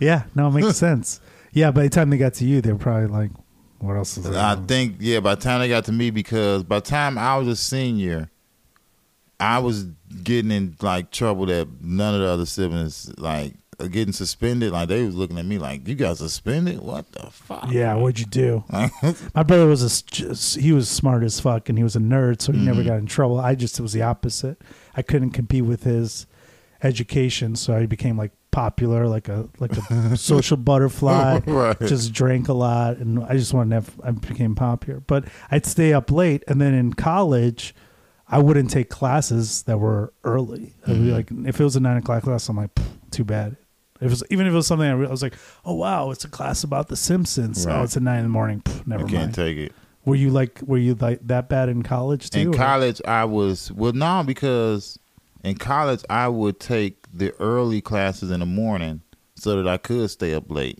Speaker 1: Yeah, no, it makes sense. Yeah, by the time they got to you, they were probably like, what else is there?
Speaker 2: I think yeah. By the time they got to me, because by the time I was a senior, I was getting in like trouble that none of the other siblings like are getting suspended. Like they was looking at me like, "You got suspended? What the fuck?"
Speaker 1: yeah, what'd you do? My brother was a, s- just- he was smart as fuck and he was a nerd, so he
Speaker 2: Mm-hmm.
Speaker 1: never got in trouble. I just was the opposite. I couldn't compete with his education, so I became like popular, like a like a social butterfly.
Speaker 2: Right.
Speaker 1: Just drank a lot, and I just wanted to have. I became popular, but I'd stay up late, and then in college. I wouldn't take classes that were early. I'd
Speaker 2: Mm-hmm.
Speaker 1: be like, if it was a nine o'clock class, I'm like, "Pff, too bad. If it was, even if it was something I, re- I was like, oh wow, it's a class about the Simpsons.
Speaker 2: Right.
Speaker 1: Oh, it's a nine in the morning. Pff,
Speaker 2: I
Speaker 1: never
Speaker 2: can't
Speaker 1: mind.
Speaker 2: take it.
Speaker 1: Were you like were you like that bad in college too?
Speaker 2: In
Speaker 1: or-
Speaker 2: college, I was well no because in college I would take the early classes in the morning so that I could stay up late.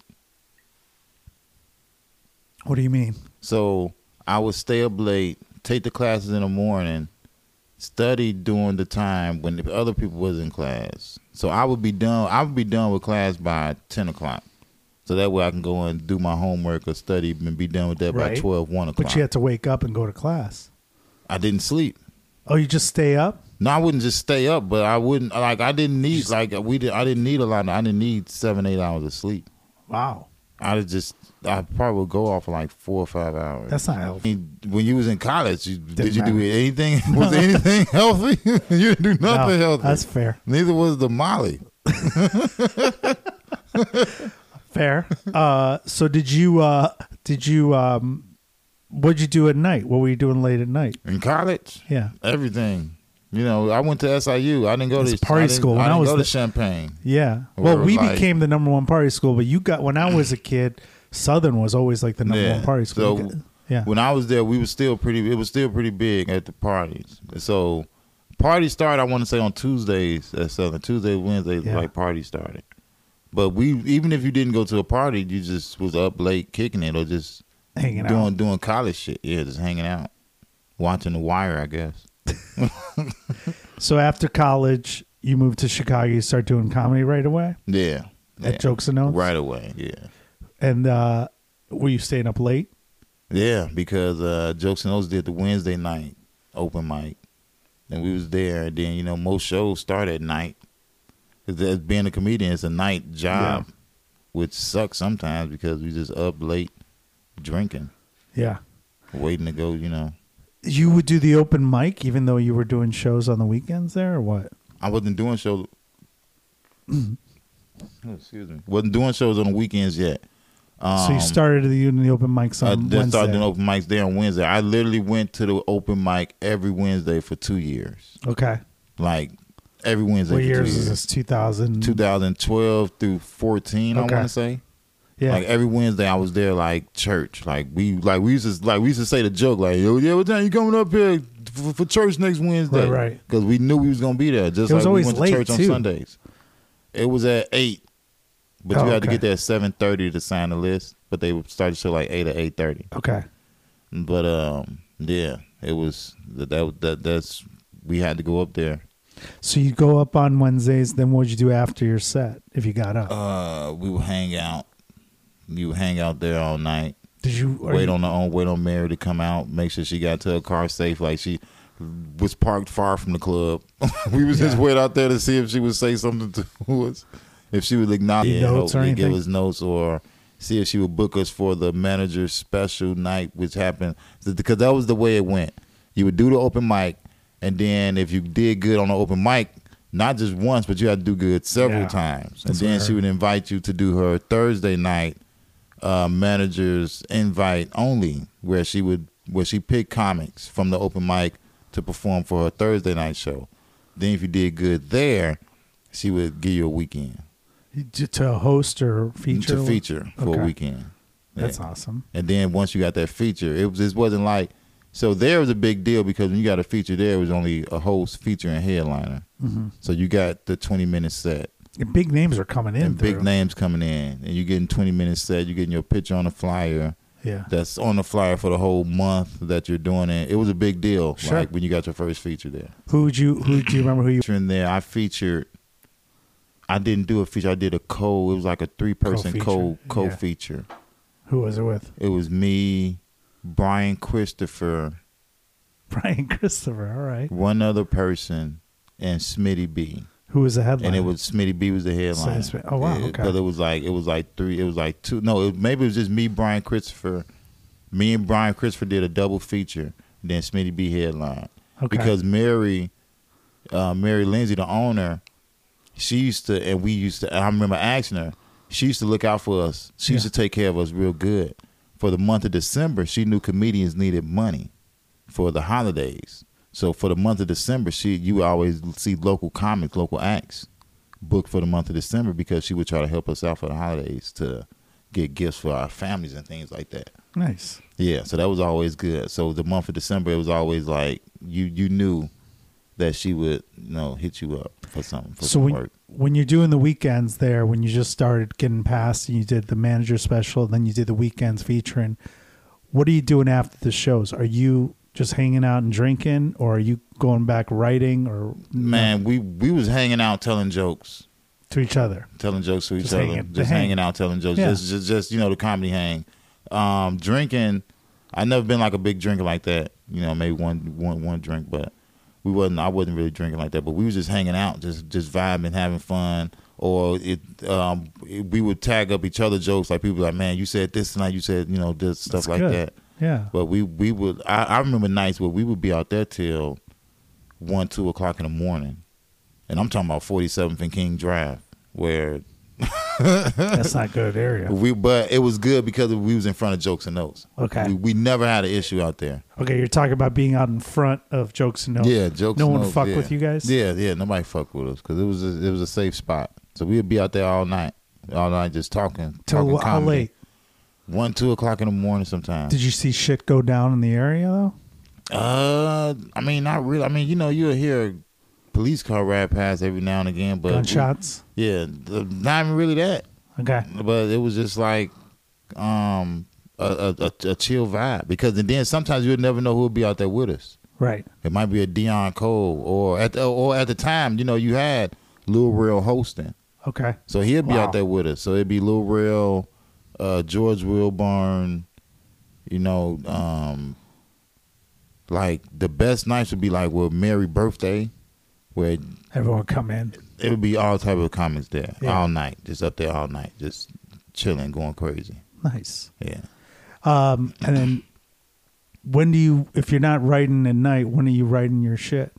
Speaker 1: What do you mean?
Speaker 2: So I would stay up late, take the classes in the morning, study during the time when the other people was in class. So I would be done. I would be done with class by ten o'clock. So that way I can go and do my homework or study and be done with that by
Speaker 1: Right.
Speaker 2: 12, 1 o'clock.
Speaker 1: But you had to wake up and go to class.
Speaker 2: I didn't sleep.
Speaker 1: Oh, you just stay up?
Speaker 2: No, I wouldn't just stay up, but I wouldn't like I didn't need like we did. I didn't need a lot. I didn't need seven eight hours of sleep.
Speaker 1: Wow,
Speaker 2: I would just I probably would go off for like four or five hours.
Speaker 1: that's not
Speaker 2: I
Speaker 1: healthy.
Speaker 2: mean, when you was in college, you, did you do
Speaker 1: matter.
Speaker 2: anything? Was anything healthy? you didn't do
Speaker 1: No,
Speaker 2: nothing healthy.
Speaker 1: Oh, That's fair.
Speaker 2: Neither was the Molly.
Speaker 1: Fair. Uh, so did you? Uh, did you? Um, what'd you do at night? What were you doing late at night?
Speaker 2: In college,
Speaker 1: Yeah.
Speaker 2: everything. You know, I went to SIU. I didn't go
Speaker 1: It's
Speaker 2: to
Speaker 1: party
Speaker 2: I didn't-
Speaker 1: school. When
Speaker 2: I didn't
Speaker 1: I was
Speaker 2: go
Speaker 1: the-
Speaker 2: to Champagne.
Speaker 1: Yeah.
Speaker 2: Or
Speaker 1: Well, we
Speaker 2: like-
Speaker 1: became the number one party school, but you got when I was a kid, Southern was always like the number
Speaker 2: Yeah.
Speaker 1: one party school.
Speaker 2: So,
Speaker 1: You got- yeah.
Speaker 2: When I was there, we was still pretty. It was still pretty big at the parties. So parties started. I want to say on Tuesdays at Southern. Tuesday, Wednesday,
Speaker 1: Yeah.
Speaker 2: like parties started. But we even if you didn't go to a party, you just was up late kicking it or just
Speaker 1: Hanging
Speaker 2: doing
Speaker 1: out.
Speaker 2: doing college shit. Yeah, just hanging out, watching The Wire. I guess.
Speaker 1: So after college, you moved to Chicago. You start doing comedy right away
Speaker 2: Yeah.
Speaker 1: at
Speaker 2: yeah.
Speaker 1: Jokes and Notes.
Speaker 2: right away. Yeah.
Speaker 1: And uh, were you staying up late?
Speaker 2: Yeah, because uh, Jokes and Oats did the Wednesday night open mic, and we was there. And then you know most shows start at night. 'Cause as being a comedian, it's a night job, which sucks sometimes because we just up late drinking,
Speaker 1: Yeah.
Speaker 2: waiting to go. You know,
Speaker 1: You would do the open mic even though you were doing shows on the weekends there or what?
Speaker 2: I wasn't doing shows. Oh, Excuse me, wasn't doing shows on the weekends yet. Um,
Speaker 1: so you started the, doing the open mics on
Speaker 2: I
Speaker 1: Wednesday.
Speaker 2: just started doing open mics there on Wednesday. I literally went to the open mic every Wednesday for two years.
Speaker 1: okay.
Speaker 2: like every Wednesday.
Speaker 1: What
Speaker 2: for two
Speaker 1: years is this? 2000?
Speaker 2: 2012 through 14, I
Speaker 1: Okay.
Speaker 2: want to say.
Speaker 1: Yeah.
Speaker 2: Like every Wednesday, I was there, like church. Like we, like we used to, like we used to say the joke, like, "Yo, yeah, what time you coming up here for, for church next Wednesday?"
Speaker 1: Right, right.
Speaker 2: Because we knew we was gonna be there. Just
Speaker 1: It
Speaker 2: like
Speaker 1: was always
Speaker 2: we went
Speaker 1: late,
Speaker 2: to church on
Speaker 1: too.
Speaker 2: Sundays. It was at eight, but
Speaker 1: Oh,
Speaker 2: you had to
Speaker 1: okay.
Speaker 2: get there at seven thirty to sign the list. But they would start the show like eight or eight thirty.
Speaker 1: okay.
Speaker 2: But um, yeah, it was that, that that that's we had to go up there.
Speaker 1: So you go up on Wednesdays, then what would you do after your set if you got up?
Speaker 2: uh we would hang out. You would hang out there all night.
Speaker 1: Did you are
Speaker 2: wait
Speaker 1: you-
Speaker 2: on the on wait on Mary to come out, make sure she got to her car safe, like she was parked far from the club. we was just
Speaker 1: Yeah.
Speaker 2: wait out there to see if she would say something to us. If she would acknowledge
Speaker 1: Any
Speaker 2: yeah,
Speaker 1: notes or
Speaker 2: hopefully give
Speaker 1: anything?
Speaker 2: us notes or see if she would book us for the manager's special night, which happened because that was the way it went. You would do the open mic, and then if you did good on the open mic, not just once, but you had to do good several
Speaker 1: Yeah.
Speaker 2: times,
Speaker 1: That's
Speaker 2: and
Speaker 1: what I
Speaker 2: then she
Speaker 1: heard.
Speaker 2: would invite you to do her Thursday night uh, manager's invite only, where she would where she picked comics from the open mic to perform for her Thursday night show. Then if you did good there, she would give you a weekend
Speaker 1: to- to host or feature?
Speaker 2: to feature for
Speaker 1: Okay.
Speaker 2: a weekend.
Speaker 1: That's
Speaker 2: Yeah.
Speaker 1: awesome.
Speaker 2: And then once you got that feature, it was it wasn't like so there was a big deal because when you got a feature there it was only a host feature and headliner.
Speaker 1: Mm-hmm.
Speaker 2: So you got the twenty minute set.
Speaker 1: And big names are coming in.
Speaker 2: and big
Speaker 1: through.
Speaker 2: names coming in, and you're getting 20 minutes set. You're getting your picture on a flyer.
Speaker 1: Yeah.
Speaker 2: that's on the flyer for the whole month that you're doing it. It was a big deal,
Speaker 1: Sure.
Speaker 2: like when you got your first feature there.
Speaker 1: Who would you? Who do you remember? Who you?
Speaker 2: Feature in there, I featured. I didn't do a feature. I did a co. It was like a three person
Speaker 1: Co-feature,
Speaker 2: co
Speaker 1: yeah.
Speaker 2: co feature.
Speaker 1: Who was it with?
Speaker 2: It was me, Brian Christopher,
Speaker 1: Brian Christopher. All right.
Speaker 2: one other person, and Smitty B.
Speaker 1: Who was the headline?
Speaker 2: And it was Smitty B was the headline.
Speaker 1: So it's- oh, wow,
Speaker 2: It-
Speaker 1: okay.
Speaker 2: But it was like it was like three. It was like two. No, it, maybe it was just me, Brian Christopher. Me and Brian Christopher did a double feature. Then Smitty B headline
Speaker 1: Okay.
Speaker 2: because Mary, uh, Mary Lindsay, the owner, she used to and we used to. I remember asking her. She used to look out for us. She used
Speaker 1: Yeah.
Speaker 2: to take care of us real good. For the month of December, she knew comedians needed money for the holidays. So for the month of December, she you would always see local comics, local acts booked for the month of December because she would try to help us out for the holidays to get gifts for our families and things like that.
Speaker 1: nice.
Speaker 2: Yeah, so that was always good. So the month of December, it was always like you you knew that she would you know hit you up for something for
Speaker 1: So
Speaker 2: some
Speaker 1: when
Speaker 2: work.
Speaker 1: when you're doing the weekends there, when you just started getting past and you did the manager special, then you did the weekends featuring. What are you doing after the shows? Are you just hanging out and drinking, or are you going back writing, or
Speaker 2: Man, we we was hanging out telling jokes,
Speaker 1: to each other?
Speaker 2: telling jokes to each
Speaker 1: Just
Speaker 2: other,
Speaker 1: hanging-
Speaker 2: just
Speaker 1: the hang.
Speaker 2: hanging out telling jokes,
Speaker 1: Yeah.
Speaker 2: just, just just you know the comedy hang. Um, drinking, I never been like a big drinker like that. You know, maybe one one one drink, but we wasn't. I wasn't really drinking like that. But we was just hanging out, just just vibing, having fun. Or it, um, it- we would tag up each other jokes like people like, man, you said this tonight, you said you know this stuff
Speaker 1: That's
Speaker 2: like
Speaker 1: good.
Speaker 2: that.
Speaker 1: Yeah.
Speaker 2: But we we would. I, I remember nights where we would be out there till one, two o'clock in the morning, and I'm talking about 47th and King Drive, where
Speaker 1: That's not good area.
Speaker 2: we. But it was good because we was in front of jokes and notes.
Speaker 1: Okay.
Speaker 2: we, we never had an issue out there.
Speaker 1: Okay, you're talking about being out in front of jokes and notes.
Speaker 2: Yeah, jokes.
Speaker 1: Oh. No
Speaker 2: and
Speaker 1: one
Speaker 2: notes,
Speaker 1: fuck
Speaker 2: yeah.
Speaker 1: with you guys.
Speaker 2: Yeah, yeah, nobody fuck with us because it was a, it was a safe spot. So we'd be out there all night, all night just talking.
Speaker 1: Till
Speaker 2: talking
Speaker 1: how
Speaker 2: comedy.
Speaker 1: late?
Speaker 2: One, two o'clock in the morning sometimes.
Speaker 1: Did you see shit go down in the area though?
Speaker 2: Uh, I mean, not really. I mean, you know, you'll hear a police car ride past every now and again, but we-
Speaker 1: Gunshots.
Speaker 2: yeah, th- not even really that.
Speaker 1: Okay.
Speaker 2: But it was just like, um, a, a, a, a chill vibe because and then sometimes you'll never know who'll be out there with us.
Speaker 1: Right.
Speaker 2: It might be a Dion Cole or at the, or at the time, you know, you had Lil Real hosting,
Speaker 1: Okay.
Speaker 2: so he'll be
Speaker 1: Wow.
Speaker 2: out there with us. So it'd be Lil Real, uh, George Wilburn, you know, um, like the best nights would be like with Merry Birthday, where
Speaker 1: Everyone come in.
Speaker 2: it would be all type of comments there
Speaker 1: Yeah.
Speaker 2: all night, just up there all night, just chilling, going crazy.
Speaker 1: Nice.
Speaker 2: Yeah.
Speaker 1: Um, and then when do you, if you're not writing at night, when are you writing your shit?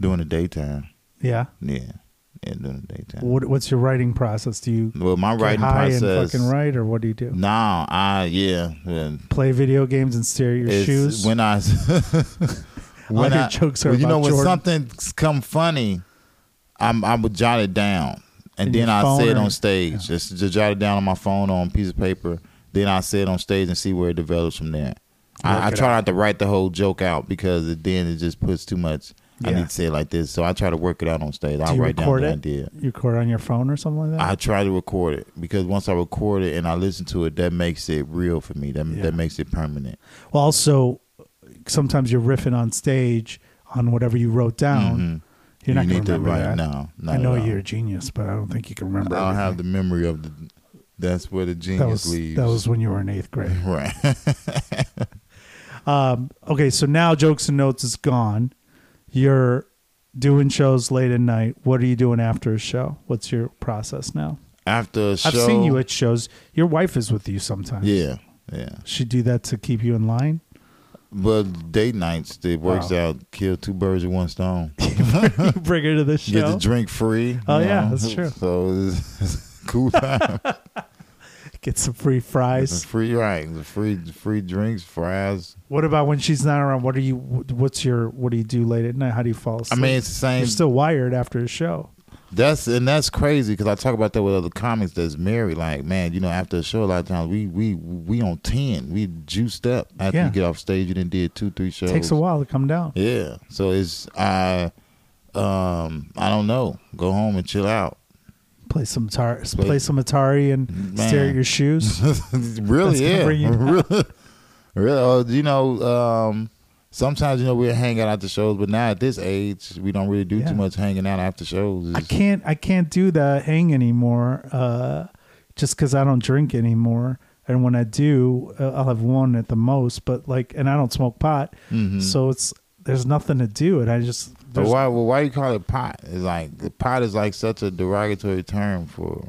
Speaker 2: During the daytime.
Speaker 1: Yeah.
Speaker 2: Yeah. Yeah, during the daytime.
Speaker 1: What What's your writing process? Do you
Speaker 2: well, my
Speaker 1: get
Speaker 2: writing
Speaker 1: high and
Speaker 2: process.
Speaker 1: fucking write, or what do you do?
Speaker 2: Nah, I yeah. yeah.
Speaker 1: Play video games and stare at your
Speaker 2: It's
Speaker 1: shoes.
Speaker 2: when I when
Speaker 1: your
Speaker 2: I
Speaker 1: jokes are
Speaker 2: well, you know
Speaker 1: about
Speaker 2: when
Speaker 1: Jordan.
Speaker 2: something's come funny, I'm I would jot it down and
Speaker 1: In
Speaker 2: then
Speaker 1: your
Speaker 2: I
Speaker 1: phone
Speaker 2: say it
Speaker 1: or-
Speaker 2: on stage. Just just jot it down on my phone or on a piece of paper. Then I say it on stage and see where it develops from there.
Speaker 1: Work
Speaker 2: I, I
Speaker 1: it
Speaker 2: try not to write the whole joke out because it, then it just puts too much. I
Speaker 1: Yeah.
Speaker 2: need to say it like this, so I try to work it out on stage.
Speaker 1: do
Speaker 2: I
Speaker 1: you
Speaker 2: write down
Speaker 1: record
Speaker 2: the
Speaker 1: it?
Speaker 2: idea.
Speaker 1: You record on your phone or something like that.
Speaker 2: I try to record it because once I record it and I listen to it, that makes it real for me. That
Speaker 1: Yeah.
Speaker 2: that makes it permanent.
Speaker 1: well, also sometimes you're riffing on stage on whatever you wrote down.
Speaker 2: Mhm.
Speaker 1: You're not going
Speaker 2: you need
Speaker 1: to
Speaker 2: to
Speaker 1: remember that.
Speaker 2: write now.
Speaker 1: I know you're a genius, but I don't think you can
Speaker 2: I
Speaker 1: remember.
Speaker 2: don't have
Speaker 1: everything.
Speaker 2: the memory of the. That's where the genius
Speaker 1: that was
Speaker 2: leaves.
Speaker 1: that was when you were in eighth grade.
Speaker 2: right.
Speaker 1: Um, okay, so now jokes and notes is gone. You're doing shows late at night. What are you doing after a show? What's your process now?
Speaker 2: After a show,
Speaker 1: I've seen you at shows. Your wife is with you sometimes.
Speaker 2: yeah, yeah.
Speaker 1: She do that to keep you in line.
Speaker 2: But date nights, it works out. Kill two birds with one stone.
Speaker 1: you bring her to the show.
Speaker 2: Get the drink free.
Speaker 1: Oh,
Speaker 2: you
Speaker 1: yeah,
Speaker 2: know?
Speaker 1: that's true.
Speaker 2: So it's, it's cool time.
Speaker 1: Get some free
Speaker 2: it's
Speaker 1: fries.
Speaker 2: free, right? The free, free drinks, fries.
Speaker 1: What about when she's not around? What are you? What's your? What do you do late at night? How do you fall
Speaker 2: I
Speaker 1: asleep?
Speaker 2: mean, it's the same.
Speaker 1: you're still wired after a show.
Speaker 2: That's and that's crazy because I talk about that with other comics that's married. Like, man, you know, after a show, a lot of times we we we on ten, we juiced up. After
Speaker 1: Yeah.
Speaker 2: you get off stage, you then did two, three shows.
Speaker 1: Takes a while to come down.
Speaker 2: Yeah, so it's I, um, I don't know. Go home and chill out.
Speaker 1: Play some Atari, play,
Speaker 2: Play-
Speaker 1: some Atari and
Speaker 2: Man.
Speaker 1: stare at your shoes. That's
Speaker 2: really,
Speaker 1: gonna
Speaker 2: yeah.
Speaker 1: bring you
Speaker 2: really, really. Uh, You know, um, sometimes you know we're hanging out after shows, but now at this age, we don't really do
Speaker 1: Yeah.
Speaker 2: too much hanging out after shows.
Speaker 1: I
Speaker 2: It's-
Speaker 1: can't I can't do the hang anymore. Uh, just because I don't drink anymore, and when I do, uh, I'll have one at the most. But like, and I don't smoke pot,
Speaker 2: Mhm.
Speaker 1: so it's there's nothing to do. And I just
Speaker 2: But
Speaker 1: there's-
Speaker 2: why? Well, why you call it pot? It's like the pot is like such a derogatory term for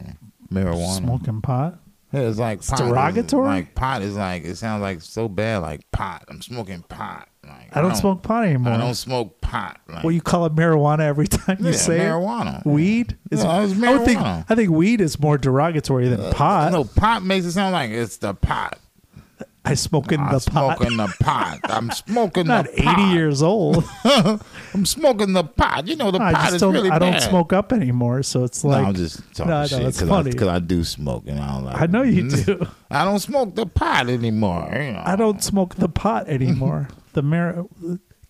Speaker 2: marijuana.
Speaker 1: smoking pot.
Speaker 2: Yeah, it's like pot is-
Speaker 1: derogatory?
Speaker 2: Like pot is like it sounds like so bad. Like pot. I'm smoking pot. Like
Speaker 1: I don't, smoke pot anymore.
Speaker 2: I don't smoke pot. Like,
Speaker 1: well, you call it marijuana every time you
Speaker 2: yeah,
Speaker 1: say it.
Speaker 2: marijuana.
Speaker 1: Weed is
Speaker 2: No, it's
Speaker 1: I would think
Speaker 2: marijuana. Uh,
Speaker 1: I think weed is more derogatory than pot.
Speaker 2: No, pot makes it sound like it's the pot.
Speaker 1: I smoke in
Speaker 2: I'm
Speaker 1: the pot.
Speaker 2: smoking the pot. I'm smoking
Speaker 1: not
Speaker 2: the
Speaker 1: eighty
Speaker 2: pot.
Speaker 1: years old.
Speaker 2: I'm smoking the pot. You know the
Speaker 1: I
Speaker 2: pot
Speaker 1: just
Speaker 2: is
Speaker 1: don't.
Speaker 2: really
Speaker 1: I don't
Speaker 2: bad.
Speaker 1: smoke up anymore, so it's like
Speaker 2: no, I'm just talking
Speaker 1: No, no,
Speaker 2: shit
Speaker 1: it's
Speaker 2: because
Speaker 1: funny.
Speaker 2: I, 'cause I do smoke and I don't like.
Speaker 1: I know
Speaker 2: it.
Speaker 1: you do.
Speaker 2: I don't smoke the pot anymore. you know.
Speaker 1: I don't smoke the pot anymore. the mar-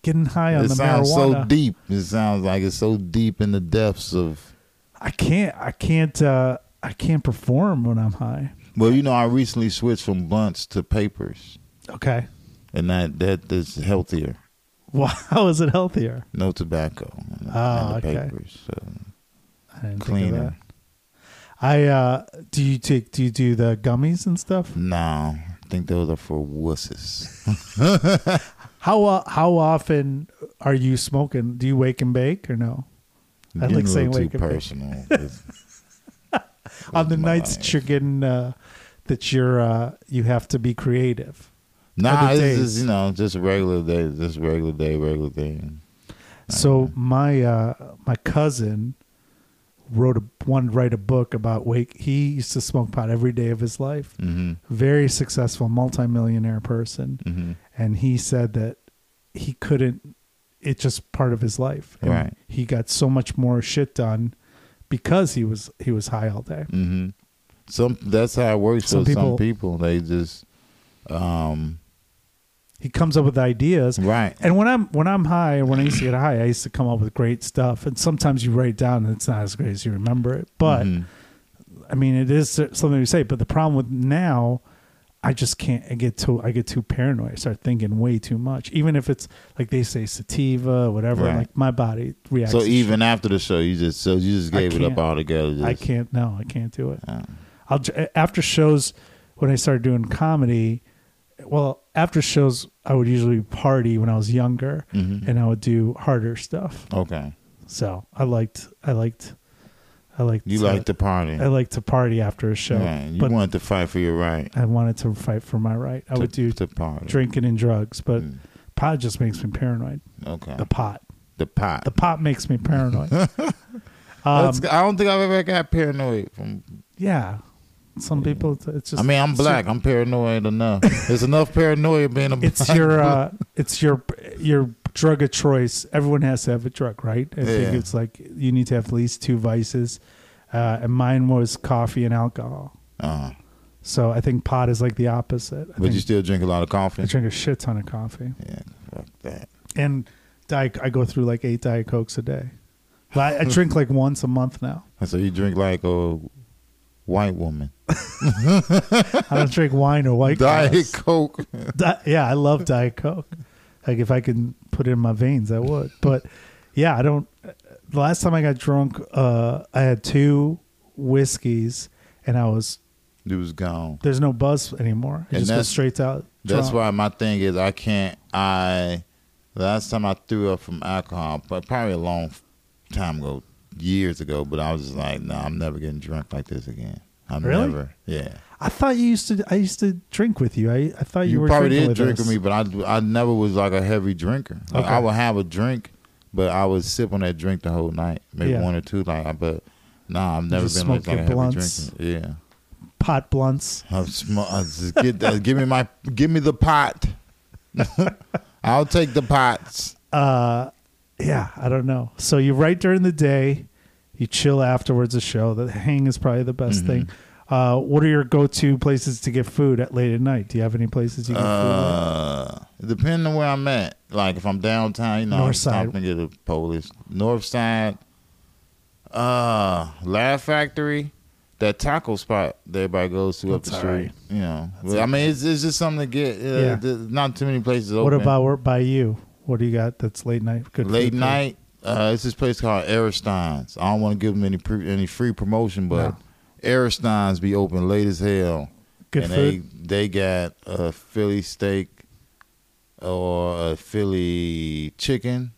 Speaker 1: getting high on
Speaker 2: It
Speaker 1: the
Speaker 2: sounds
Speaker 1: marijuana.
Speaker 2: so deep. It sounds like it's so deep in the depths of.
Speaker 1: I can't. I can't. Uh, I can't perform when I'm high.
Speaker 2: Well, you know, I recently switched from blunts to papers,
Speaker 1: Okay.
Speaker 2: and that that is healthier.
Speaker 1: Well, how is it healthier?
Speaker 2: No tobacco. and-
Speaker 1: Oh,
Speaker 2: and the
Speaker 1: okay.
Speaker 2: Papers. So
Speaker 1: I didn't think of
Speaker 2: cleaner.
Speaker 1: that. I uh, do you take? Do you do the gummies and stuff?
Speaker 2: No, I think those are for wusses.
Speaker 1: How uh, how often are you smoking? Do you wake and bake or no? I like
Speaker 2: Getting a
Speaker 1: saying
Speaker 2: little
Speaker 1: wake
Speaker 2: too
Speaker 1: up.
Speaker 2: personal. It's-
Speaker 1: On the
Speaker 2: my
Speaker 1: nights
Speaker 2: life.
Speaker 1: that you're getting uh, that you're uh, you have to be creative.
Speaker 2: nah,
Speaker 1: Other
Speaker 2: it's
Speaker 1: days.
Speaker 2: just you know just a regular day, just regular day, regular thing.
Speaker 1: So my uh, my cousin wrote a one write a book about wake. He used to smoke pot every day of his life.
Speaker 2: hmm
Speaker 1: Very successful multimillionaire person,
Speaker 2: hmm
Speaker 1: and he said that he couldn't. It's just part of his life. And
Speaker 2: Right.
Speaker 1: He got so much more shit done because he was he was high all day.
Speaker 2: hmm Some that's how it works
Speaker 1: Some
Speaker 2: for
Speaker 1: people-
Speaker 2: some people. They just um
Speaker 1: He comes up with ideas.
Speaker 2: right.
Speaker 1: And when I'm when I'm high, when I used to get high, I used to come up with great stuff. And sometimes you write it down, and it's not as great as you remember it. But
Speaker 2: Mhm.
Speaker 1: I mean, it is something to say, but the problem with now, I just can't. I get too. I get too paranoid. I start thinking way too much. Even if it's like they say sativa, whatever.
Speaker 2: Right.
Speaker 1: Like my body reacts.
Speaker 2: so
Speaker 1: to shit.
Speaker 2: even after the show, you just so you just
Speaker 1: I
Speaker 2: gave it up
Speaker 1: can't.
Speaker 2: altogether. Just,
Speaker 1: I can't. No, I can't do it.
Speaker 2: uh,
Speaker 1: I'll j- after shows when I started doing comedy. Well, after shows, I would usually party when I was younger,
Speaker 2: Mhm.
Speaker 1: and I would do harder stuff.
Speaker 2: okay,
Speaker 1: So I liked. I liked. I liked.
Speaker 2: you
Speaker 1: to-
Speaker 2: like to party,
Speaker 1: I liked to party after a show.
Speaker 2: right? You
Speaker 1: but
Speaker 2: wanted to fight for your right.
Speaker 1: I wanted to fight for my right. I
Speaker 2: to,
Speaker 1: would do
Speaker 2: to party.
Speaker 1: drinking and drugs, but
Speaker 2: Mm. Oh.
Speaker 1: pot just makes me paranoid.
Speaker 2: Okay,
Speaker 1: The pot,
Speaker 2: the pot.
Speaker 1: the pot makes me paranoid. um,
Speaker 2: That's- I don't think I've ever got paranoid. From,
Speaker 1: yeah, some people it's just.
Speaker 2: I mean, I'm
Speaker 1: it's your-
Speaker 2: black. I'm paranoid enough. There's enough paranoia being a black.
Speaker 1: It's your uh, it's your your drug of choice. Everyone has to have a drug, right? I think
Speaker 2: Yeah.
Speaker 1: it's like you need to have at least two vices, uh, and mine was coffee and alcohol.
Speaker 2: Uh,
Speaker 1: So I think pot is like the opposite. I
Speaker 2: but you
Speaker 1: think
Speaker 2: still drink a lot of coffee.
Speaker 1: I drink a shit ton of coffee.
Speaker 2: yeah, fuck that.
Speaker 1: and diet, I go through like eight diet cokes a day. But I, I drink like once a month now.
Speaker 2: So you drink like a white woman.
Speaker 1: I don't drink wine or white
Speaker 2: Diet
Speaker 1: Claws.
Speaker 2: Coke.
Speaker 1: Di- yeah, I love diet coke. Like if I can put it in my veins, I would. But yeah, I don't. The last time I got drunk, uh, I had two whiskeys, and I was
Speaker 2: It was gone.
Speaker 1: there's no buzz anymore. I
Speaker 2: And
Speaker 1: just go
Speaker 2: that's-
Speaker 1: straight out.
Speaker 2: That's
Speaker 1: drunk.
Speaker 2: why my thing is I can't. I last time I threw up from alcohol, but probably a long time ago, years ago. But I was just like, no, I'm never getting drunk like this again. I'm
Speaker 1: Really?
Speaker 2: never. Yeah.
Speaker 1: I thought you used to. I used to drink with you. I, I thought you,
Speaker 2: you,
Speaker 1: were
Speaker 2: probably
Speaker 1: drinking
Speaker 2: did
Speaker 1: with us.
Speaker 2: drink with me, but I I never was like a heavy drinker. Like,
Speaker 1: Okay.
Speaker 2: I would have a drink, but I would sip on that drink the whole night, maybe
Speaker 1: Yeah.
Speaker 2: one or two. Like, I- but nah, I've never
Speaker 1: just
Speaker 2: been like,
Speaker 1: smoke your
Speaker 2: like a heavy
Speaker 1: blunts.
Speaker 2: drinker. Yeah,
Speaker 1: Pot blunts.
Speaker 2: I'm sm- I just get that. give me my give me the pot. I'll take the pots.
Speaker 1: uh yeah i don't know so you write during the day you chill afterwards a show the hang is probably the best
Speaker 2: Mm-hmm.
Speaker 1: thing uh what are your go-to places to get food at late at night do you have any places you get food
Speaker 2: Uh, depending on where I'm at, like if I'm downtown, you know,
Speaker 1: North
Speaker 2: I'm
Speaker 1: side.
Speaker 2: stopping to get a Polish North Side. Uh, Laugh Factory, that taco spot that everybody goes to
Speaker 1: That's
Speaker 2: up the
Speaker 1: all
Speaker 2: street.
Speaker 1: right.
Speaker 2: You know, I mean, it's, it's just something to get. Uh,
Speaker 1: Yeah.
Speaker 2: there's not too many places open.
Speaker 1: What about what by you? What do you got that's late night? Good for
Speaker 2: late
Speaker 1: you?
Speaker 2: night? Uh, it's this place called Aristine's. I don't want to give them any pre- any free promotion, but Aristine's be open late as hell.
Speaker 1: Good
Speaker 2: and
Speaker 1: food.
Speaker 2: they they got a Philly steak or a Philly chicken.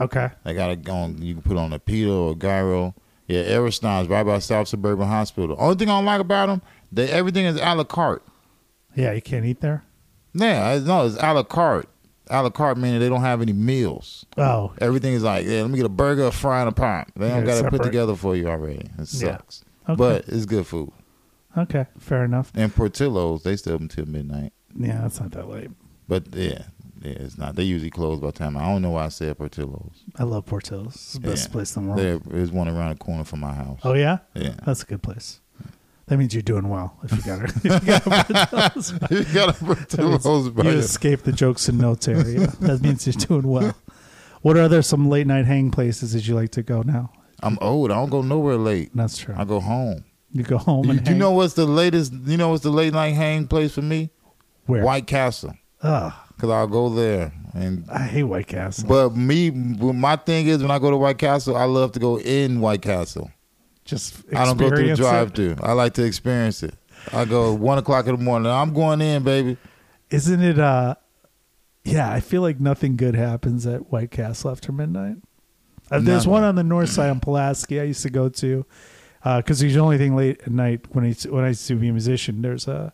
Speaker 1: okay.
Speaker 2: They got it on. You can put on a pita or a gyro. Yeah, Aristine's right by South Suburban Hospital. Only thing I don't like about them, they everything is a la carte.
Speaker 1: Yeah, you can't eat there.
Speaker 2: Yeah, I- no, it's a la carte. A la carte meaning they don't have any meals.
Speaker 1: Oh,
Speaker 2: Everything is like, yeah, let me get a burger, a fry, and a pop. They
Speaker 1: Yeah,
Speaker 2: don't got it put
Speaker 1: separate.
Speaker 2: together for you already. It
Speaker 1: Yeah.
Speaker 2: sucks.
Speaker 1: Okay.
Speaker 2: But it's good food.
Speaker 1: okay, fair enough.
Speaker 2: And Portillo's, they stay up until midnight.
Speaker 1: Yeah, that's not that late.
Speaker 2: But yeah, yeah, it's not. They usually close by the time. I don't know why I said Portillo's.
Speaker 1: I love Portillo's. It's the best
Speaker 2: Yeah.
Speaker 1: place in the world.
Speaker 2: There is one around the corner from my house.
Speaker 1: Oh yeah,
Speaker 2: Yeah.
Speaker 1: that's a good place. That means you're doing well if you got her. if you got a Portillo's.
Speaker 2: you got a
Speaker 1: That means
Speaker 2: Portillo's
Speaker 1: you
Speaker 2: burger.
Speaker 1: escaped the jokes and notes area. that means you're doing well. What are there some late night hang places that you like to go now?
Speaker 2: I'm old. I don't go nowhere late.
Speaker 1: That's true.
Speaker 2: I go home.
Speaker 1: You go home
Speaker 2: You,
Speaker 1: and
Speaker 2: you
Speaker 1: hang.
Speaker 2: know what's the latest? You know what's the late night hang place for me?
Speaker 1: where?
Speaker 2: White Castle.
Speaker 1: Ugh,
Speaker 2: Cause I'll go there and
Speaker 1: I hate White Castle.
Speaker 2: But me, my thing is when I go to White Castle, I love to go in White Castle.
Speaker 1: Just
Speaker 2: I don't go through the
Speaker 1: experience it.
Speaker 2: drive-through. I like to experience it. I go one o'clock in the morning. I'm going in, baby.
Speaker 1: Isn't it? uh Yeah, I feel like nothing good happens at White Castle after midnight. Uh, there's
Speaker 2: None.
Speaker 1: one on the north side on Pulaski I used to go to because there's the only thing late at night when I used- when I used to be a musician. There's a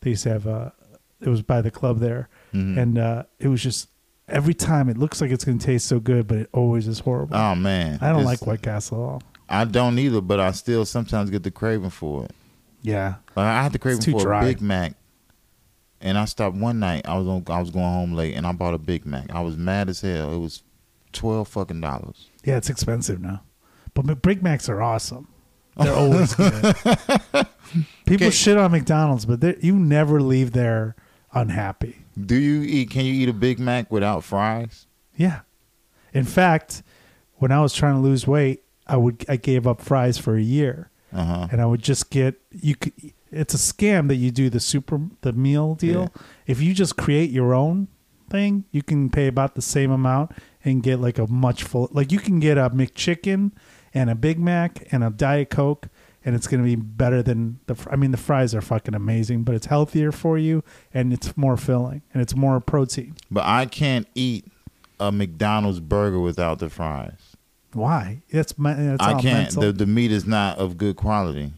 Speaker 1: they used to have a it was by the club there,
Speaker 2: Mhm.
Speaker 1: and uh it was just every time it looks like it's going to taste so good, but it always is horrible.
Speaker 2: Oh man,
Speaker 1: I don't
Speaker 2: It's-
Speaker 1: like White Castle at all.
Speaker 2: I don't either, but I still sometimes get the craving for it.
Speaker 1: Yeah,
Speaker 2: Like I had the craving
Speaker 1: too
Speaker 2: for
Speaker 1: dry.
Speaker 2: a Big Mac, and I stopped one night. I was on, I was going home late, and I bought a Big Mac. I was mad as hell. It was twelve fucking dollars.
Speaker 1: yeah, it's expensive now, but Ma- Big Macs are awesome. They're always good. People
Speaker 2: Okay.
Speaker 1: shit on McDonald's, but they- you never leave there unhappy.
Speaker 2: Do you eat? Can you eat a Big Mac without fries?
Speaker 1: Yeah. In fact, when I was trying to lose weight, I would I gave up fries for a year,
Speaker 2: Uh huh.
Speaker 1: and I would just get you. Could, it's a scam that you do the super the meal deal. If you just create your own thing, you can pay about the same amount and get like a much full. Like you can get a McChicken and a Big Mac and a Diet Coke. And it's going to be better than the. fr- I mean, the fries are fucking amazing, but it's healthier for you, and it's more filling, and it's more protein.
Speaker 2: But I can't eat a McDonald's burger without the fries.
Speaker 1: Why? That's my. That's
Speaker 2: I
Speaker 1: all
Speaker 2: can't.
Speaker 1: mental.
Speaker 2: The, the meat is not of good quality.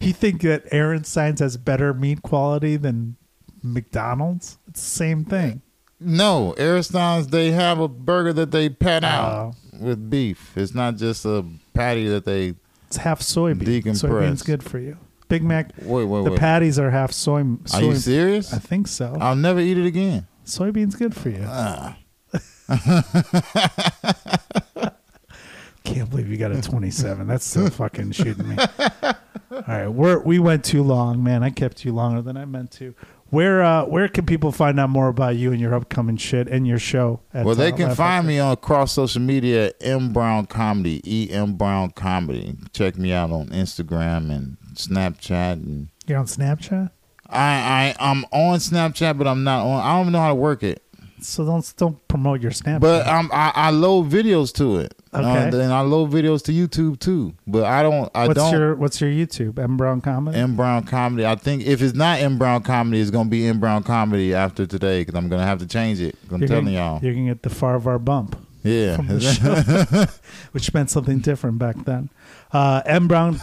Speaker 1: You think that Aaron Signs has better meat quality than McDonald's? It's the same thing.
Speaker 2: no, Aristo's they have a burger that they pat
Speaker 1: Oh.
Speaker 2: out with beef. It's not just a patty that they
Speaker 1: It's half soybean.
Speaker 2: Decompress.
Speaker 1: Soybean's good for you. Big Mac.
Speaker 2: wait wait
Speaker 1: the
Speaker 2: wait.
Speaker 1: patties are half soy. soy
Speaker 2: Are you serious? Ah.
Speaker 1: I think so.
Speaker 2: I'll never eat it again.
Speaker 1: Soybean's good for you.
Speaker 2: Ah.
Speaker 1: Can't believe you got a 27. That's still fucking shooting me. All right, we're, we went too long, man. I kept you longer than I meant to. Where uh, where can people find out more about you and your upcoming shit and your show? At,
Speaker 2: Well, they
Speaker 1: uh,
Speaker 2: can
Speaker 1: Laugh
Speaker 2: find me on across social media at M Brown Comedy, E M Brown Comedy. Check me out on Instagram and Snapchat and
Speaker 1: Out- You're on Snapchat,
Speaker 2: I, I I'm on Snapchat, but I'm not on. I don't even know how to work it.
Speaker 1: so don't don't promote your Snapchat.
Speaker 2: But um, I I load videos to it.
Speaker 1: Okay.
Speaker 2: Uh, and I load videos to YouTube too. But I don't. I
Speaker 1: what's
Speaker 2: don't.
Speaker 1: your what's your YouTube? M Brown Comedy.
Speaker 2: M Brown comedy. I think if it's not M Brown comedy, it's gonna be M Brown comedy after today because I'm gonna have to change it. 'Cause I'm
Speaker 1: You're
Speaker 2: telling
Speaker 1: gonna,
Speaker 2: y'all.
Speaker 1: you're gonna get the Farvar bump.
Speaker 2: Yeah.
Speaker 1: from the show, which meant something different back then. Uh, M. Brown,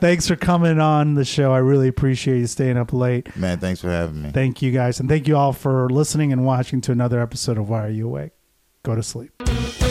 Speaker 1: thanks for coming on the show. I really appreciate you staying up late.
Speaker 2: Man, thanks for having me.
Speaker 1: Thank you guys, and thank you all for listening and watching to another episode of Why Are You Awake? Go to sleep.